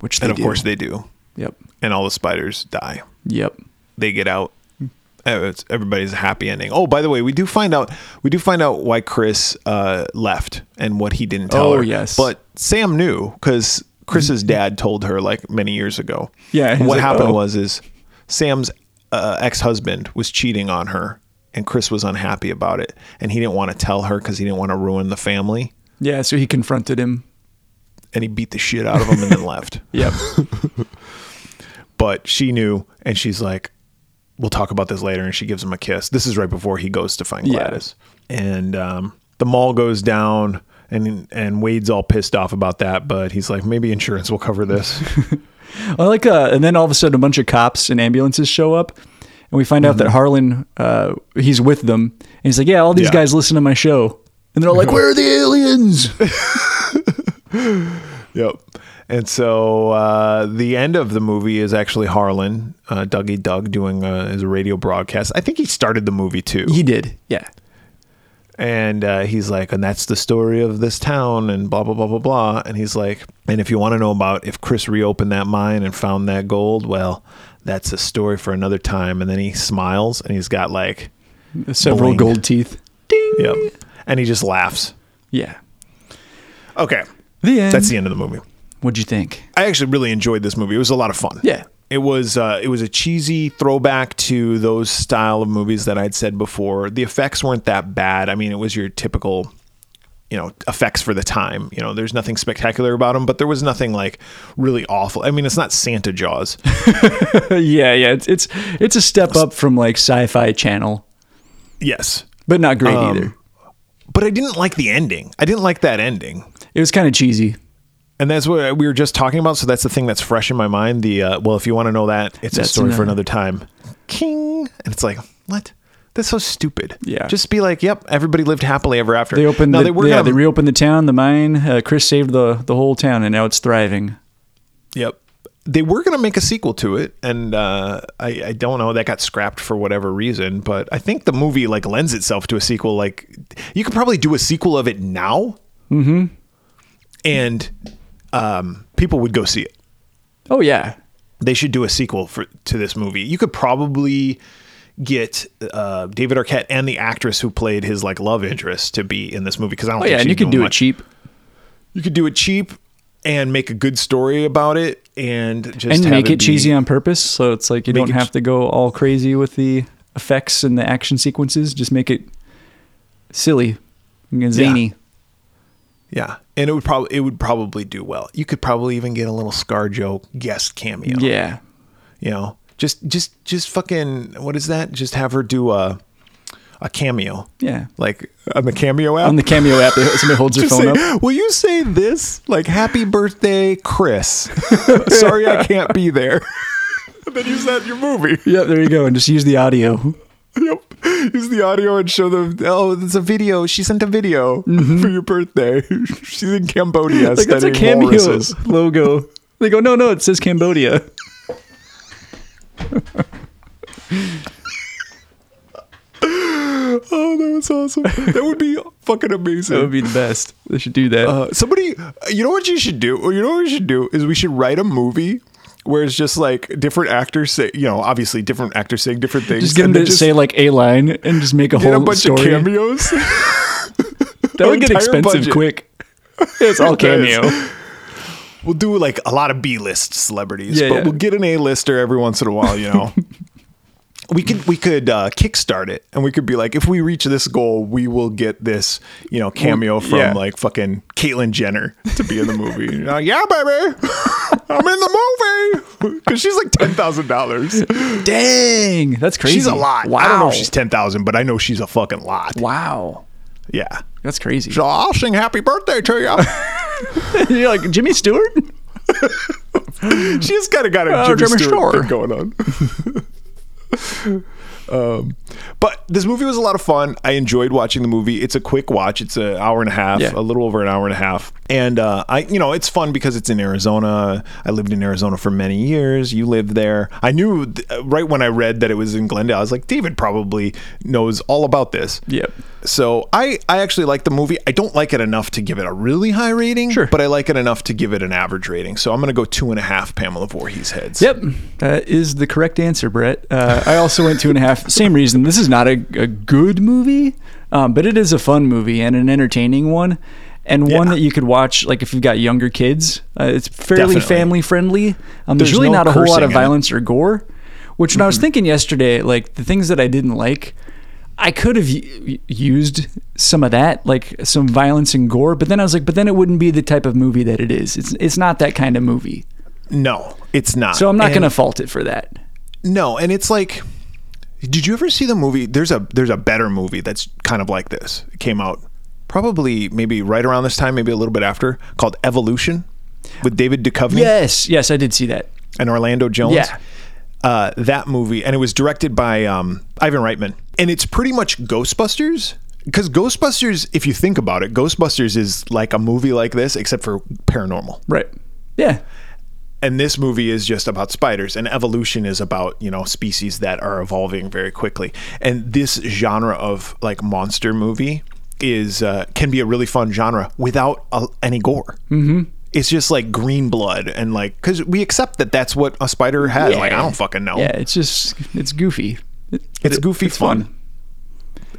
Speaker 1: which they
Speaker 2: And of
Speaker 1: do.
Speaker 2: course they do.
Speaker 1: Yep.
Speaker 2: And all the spiders die.
Speaker 1: Yep.
Speaker 2: They get out. Eh, it's- Everybody's a happy ending. Oh, by the way, we do find out we do find out why Chris uh, left and what he didn't tell
Speaker 1: Oh,
Speaker 2: her.
Speaker 1: yes.
Speaker 2: but Sam knew because Chris's dad told her like many years ago.
Speaker 1: Yeah, he's
Speaker 2: What
Speaker 1: like,
Speaker 2: happened
Speaker 1: "Oh."
Speaker 2: was is Sam's uh, ex husband was cheating on her, and Chris was unhappy about it, and he didn't want to tell her because he didn't want to ruin the family,
Speaker 1: Yeah. So he confronted him.
Speaker 2: and he beat the shit out of him and then left.
Speaker 1: Yep.
Speaker 2: But she knew, and she's like, <laughs> "We'll talk about this later." And she gives him a kiss. This is right before he goes to find
Speaker 1: Yeah.
Speaker 2: Gladys, and um, the mall goes down. And, and Wade's all pissed off about that, but he's like, maybe insurance will cover <laughs> this.
Speaker 1: <laughs> I like, uh, and then all of a sudden, a bunch of cops and ambulances show up, and we find out that Harlan, uh, he's with them, and he's like, Mm-hmm. "Yeah, all these
Speaker 2: Yeah.
Speaker 1: guys listen to my show," and they're all like, <laughs> "Where are the <laughs> aliens?"
Speaker 2: Yep. And so uh, the end of the movie is actually Harlan, uh, Dougie Doug, doing uh, his radio broadcast. I think he started the movie too.
Speaker 1: he did, yeah.
Speaker 2: And uh, he's like, and that's the story of this town, and blah, blah, blah, blah, blah. And he's like, and if you want to know about if Chris reopened that mine and found that gold, well, that's a story for another time. And then he smiles and he's got like,
Speaker 1: Several
Speaker 2: Boing.
Speaker 1: gold teeth. Ding.
Speaker 2: yep. And he just laughs.
Speaker 1: Yeah.
Speaker 2: Okay.
Speaker 1: The end.
Speaker 2: That's the end of the movie.
Speaker 1: What'd you think?
Speaker 2: I actually really enjoyed this movie. It was a lot of fun.
Speaker 1: Yeah.
Speaker 2: It was uh, it was a cheesy throwback to those style of movies that I'd said before. The effects weren't that bad. I mean, it was your typical, you know, effects for the time. You know, there's nothing spectacular about them, but there was nothing like really awful. I mean, it's not Santa Jaws.
Speaker 1: <laughs> yeah, yeah. It's it's it's a step up from like Sci-Fi Channel,
Speaker 2: yes,
Speaker 1: but not great
Speaker 2: Um,
Speaker 1: either.
Speaker 2: but I didn't like the ending. I didn't like that ending.
Speaker 1: It was kind of cheesy.
Speaker 2: And that's what we were just talking about. So that's the thing that's fresh in my mind. The uh, well, if you want to know that, it's
Speaker 1: That's
Speaker 2: a story for
Speaker 1: another-
Speaker 2: another time. King, and it's like what? That's so stupid.
Speaker 1: Yeah.
Speaker 2: just be like, yep, everybody lived happily ever after.
Speaker 1: They opened.
Speaker 2: Now
Speaker 1: the,
Speaker 2: they were
Speaker 1: yeah,
Speaker 2: gonna,
Speaker 1: they reopened the town, the mine. Uh, Chris saved the the whole town, and now it's thriving.
Speaker 2: yep, they were going to make a sequel to it, and uh, I, I don't know that got scrapped for whatever reason. But I think the movie like lends itself to a sequel. Like you could probably do a sequel of it now, mm-hmm. and um, people would go see it.
Speaker 1: Oh yeah.
Speaker 2: they should do a sequel for to this movie. You could probably get uh, David Arquette and the actress who played his like love interest to be in this movie because I don't.
Speaker 1: Oh
Speaker 2: think
Speaker 1: yeah, and
Speaker 2: she's
Speaker 1: you can do
Speaker 2: doing
Speaker 1: it
Speaker 2: much.
Speaker 1: cheap.
Speaker 2: You could do it cheap and make a good story about it, and just
Speaker 1: and
Speaker 2: have
Speaker 1: make it
Speaker 2: be-
Speaker 1: cheesy on purpose so it's like you
Speaker 2: Make
Speaker 1: don't
Speaker 2: it
Speaker 1: have
Speaker 2: ch-
Speaker 1: to go all crazy with the effects and the action sequences just make it silly and zany
Speaker 2: yeah, and it would probably it would probably do well. You could probably even get a little ScarJo guest cameo.
Speaker 1: yeah
Speaker 2: you know, just just just fucking what is that? Just have her do a a cameo.
Speaker 1: Yeah.
Speaker 2: like on the cameo app.
Speaker 1: on the cameo app <laughs> somebody holds their
Speaker 2: Just
Speaker 1: phone
Speaker 2: say,
Speaker 1: up
Speaker 2: Will you say <laughs> this? Like, happy birthday, Chris. Sorry I can't be there. then use that in your <laughs> movie.
Speaker 1: Yep, there you go. And just use the audio.
Speaker 2: Yep. Use the audio and show them. Oh, it's a video. She sent a video for
Speaker 1: Mm-hmm.
Speaker 2: your birthday. <laughs> She's in
Speaker 1: <laughs>
Speaker 2: Cambodia
Speaker 1: Like that's a
Speaker 2: studying
Speaker 1: cameo
Speaker 2: walruses.
Speaker 1: logo. They go, no, no, it says Cambodia.
Speaker 2: Oh, that was awesome. That would be fucking amazing.
Speaker 1: That would be the best. They should do that.
Speaker 2: Uh, somebody, you know what you should do? You know what we should do is we should write a movie where it's just like different actors say, you know, obviously different actors saying different things.
Speaker 1: just get them
Speaker 2: and then
Speaker 1: to say like a line and just make a
Speaker 2: get
Speaker 1: whole
Speaker 2: a bunch
Speaker 1: story.
Speaker 2: of cameos.
Speaker 1: that would get
Speaker 2: entire
Speaker 1: expensive
Speaker 2: budget.
Speaker 1: quick.
Speaker 2: <laughs>
Speaker 1: It's all cameo.
Speaker 2: we'll do like a lot of B list celebrities,
Speaker 1: Yeah,
Speaker 2: but
Speaker 1: yeah.
Speaker 2: we'll get an A lister every once in a while, you
Speaker 4: <laughs>
Speaker 2: know. we could we could uh, kickstart it, and we could be like, if we reach this goal, we will get this, you know, cameo from
Speaker 1: yeah.
Speaker 2: like fucking Caitlyn Jenner to be in the movie. <laughs> You know, Uh, yeah, baby, I'm in the <laughs> movie because she's like ten thousand dollars.
Speaker 1: Dang, that's crazy.
Speaker 2: She's a lot.
Speaker 1: Wow.
Speaker 2: I don't know if she's ten thousand, but I know she's a fucking lot.
Speaker 1: wow.
Speaker 2: Yeah.
Speaker 1: That's crazy.
Speaker 2: So I'll sing happy birthday to <laughs> you.
Speaker 1: <laughs> You're like Jimmy Stewart.
Speaker 2: She's kind of got a
Speaker 1: Oh,
Speaker 2: Uh, Jimmy,
Speaker 1: Jimmy
Speaker 2: Stewart thing
Speaker 1: Shore.
Speaker 2: going on. <laughs> um, but this movie was a lot of fun. I enjoyed watching the movie. It's a quick watch. It's an hour and a half,
Speaker 1: Yeah.
Speaker 2: a little over an hour and a half. And uh, I, you know, it's fun because it's in Arizona. I lived in Arizona for many years. You lived there. I knew th- uh, right when I read that it was in Glendale. I was like, David probably knows all about this.
Speaker 1: Yep.
Speaker 2: So I, I actually like the movie. I don't like it enough to give it a really high rating,
Speaker 1: Sure.
Speaker 2: but I like it enough to give it an average rating. So I'm going to go two and a half Pamela Voorhees heads.
Speaker 1: Yep, that is the correct answer, Brett. Uh, I also went two and a half. <laughs> Same reason. This is not a, a good movie, um, but it is a fun movie and an entertaining one, and one
Speaker 2: Yeah.
Speaker 1: that you could watch like if you've got younger kids. Uh, it's fairly
Speaker 2: Definitely.
Speaker 1: family friendly. Um, there's,
Speaker 2: There's
Speaker 1: really
Speaker 2: no
Speaker 1: not a whole lot of
Speaker 2: cursing in it. Mm-hmm.
Speaker 1: violence or gore. Which, when I was thinking yesterday, like the things that I didn't like, I could have u- used some of that, like some violence and gore. But then I was like, but then it wouldn't be the type of movie that it is. It's it's not that kind of movie.
Speaker 2: No, it's not.
Speaker 1: So I'm not
Speaker 2: And-
Speaker 1: going to fault it for that.
Speaker 2: No, and it's like, did you ever see the movie? There's a there's a better movie that's kind of like this. It came out probably maybe right around this time, maybe a little bit after, called Evolution with David Duchovny
Speaker 1: Yes, yes, I did see that.
Speaker 2: and Orlando Jones.
Speaker 1: Yeah.
Speaker 2: Uh, that movie, and it was directed by um, Ivan Reitman, and it's pretty much Ghostbusters. Because Ghostbusters, if you think about it, Ghostbusters is like a movie like this, except for paranormal.
Speaker 1: Right. Yeah.
Speaker 2: And this movie is just about spiders, and evolution is about you know species that are evolving very quickly. And this genre of like monster movie is uh, can be a really fun genre without uh, any gore. Mm-hmm. It's just like green blood and like because we accept that that's what a spider has. Like I don't fucking know.
Speaker 1: Yeah, it's just it's goofy. Oh. It-
Speaker 2: It's goofy fun.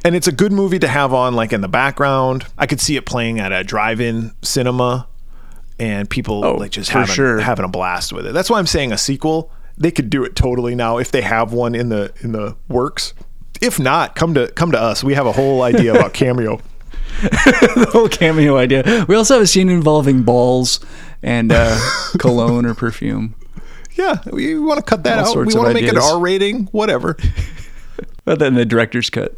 Speaker 2: And it's a good movie to have on like in the background. I could see it playing at a drive-in cinema and people
Speaker 1: Oh,
Speaker 2: like just
Speaker 1: for
Speaker 2: having,
Speaker 1: sure.
Speaker 2: having a blast with it. That's why I'm saying a sequel. They could do it totally now if they have one in the in the works. If not, come to come to us. We have a whole
Speaker 1: <laughs>
Speaker 2: idea about cameo.
Speaker 1: <laughs> the whole cameo idea. We also have a scene involving balls and <laughs> uh, cologne or perfume.
Speaker 2: Yeah, we want to cut that
Speaker 1: All
Speaker 2: out. We
Speaker 1: sorts
Speaker 2: want to
Speaker 1: of
Speaker 2: make it
Speaker 1: ideas.
Speaker 2: R rating, whatever.
Speaker 1: But then the director's cut.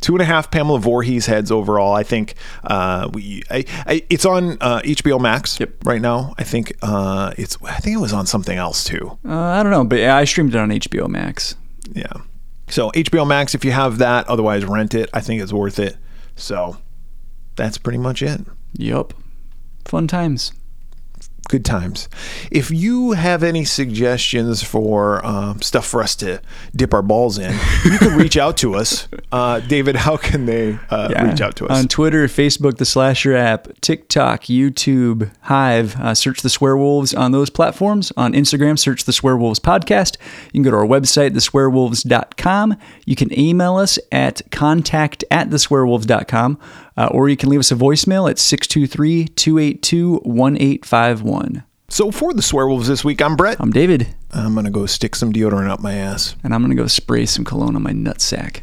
Speaker 2: two and a half Pamela Voorhees heads overall. I think uh, we I, I, it's on uh, HBO Max
Speaker 1: Yep.
Speaker 2: right now. I think uh, it's I think it was on something else too.
Speaker 1: Uh, I don't know, but yeah, I streamed it on HBO Max.
Speaker 2: Yeah. So HBO Max, if you have that, otherwise rent it. I think it's worth it. So that's pretty much it.
Speaker 1: Yup. Fun times.
Speaker 2: Good times. If you have any suggestions for um, stuff for us to dip our balls in, you can reach out to us. Uh, David, how can they uh, reach out to us?
Speaker 1: on Twitter, Facebook, the Slasher app, TikTok, YouTube, Hive. Uh, search the Swearwolves on those platforms. On Instagram, search the Swearwolves podcast. You can go to our website, theswearwolves.com. You can email us at contact at theswearwolves.com, uh, or you can leave us a voicemail at 623 282 1851.
Speaker 2: so for the Swearwolves this week, I'm Brett.
Speaker 1: I'm David,
Speaker 2: I'm gonna go stick some deodorant up my ass.
Speaker 1: and I'm going to go spray some cologne on my nutsack.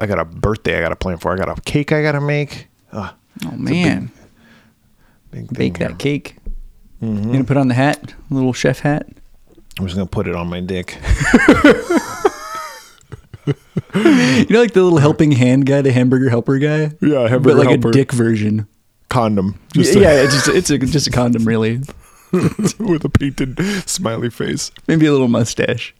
Speaker 4: I got a birthday I got to plan for. I got a cake I got to make. Ugh,
Speaker 1: Oh man,
Speaker 4: big thing
Speaker 1: bake
Speaker 4: here.
Speaker 1: that cake.
Speaker 2: Mm-hmm.
Speaker 1: You gonna put on the hat, little chef hat.
Speaker 4: I'm just gonna put it on my dick.
Speaker 1: You know, like the little helping hand guy, the hamburger helper guy.
Speaker 4: Yeah, hamburger
Speaker 1: but like
Speaker 4: helper.
Speaker 1: a dick version.
Speaker 2: <laughs>
Speaker 4: Condom.
Speaker 1: yeah, <laughs> yeah, it's just it's a, just a condom, really.
Speaker 4: with a painted smiley face.
Speaker 2: Mm-hmm.
Speaker 1: Maybe a little mustache.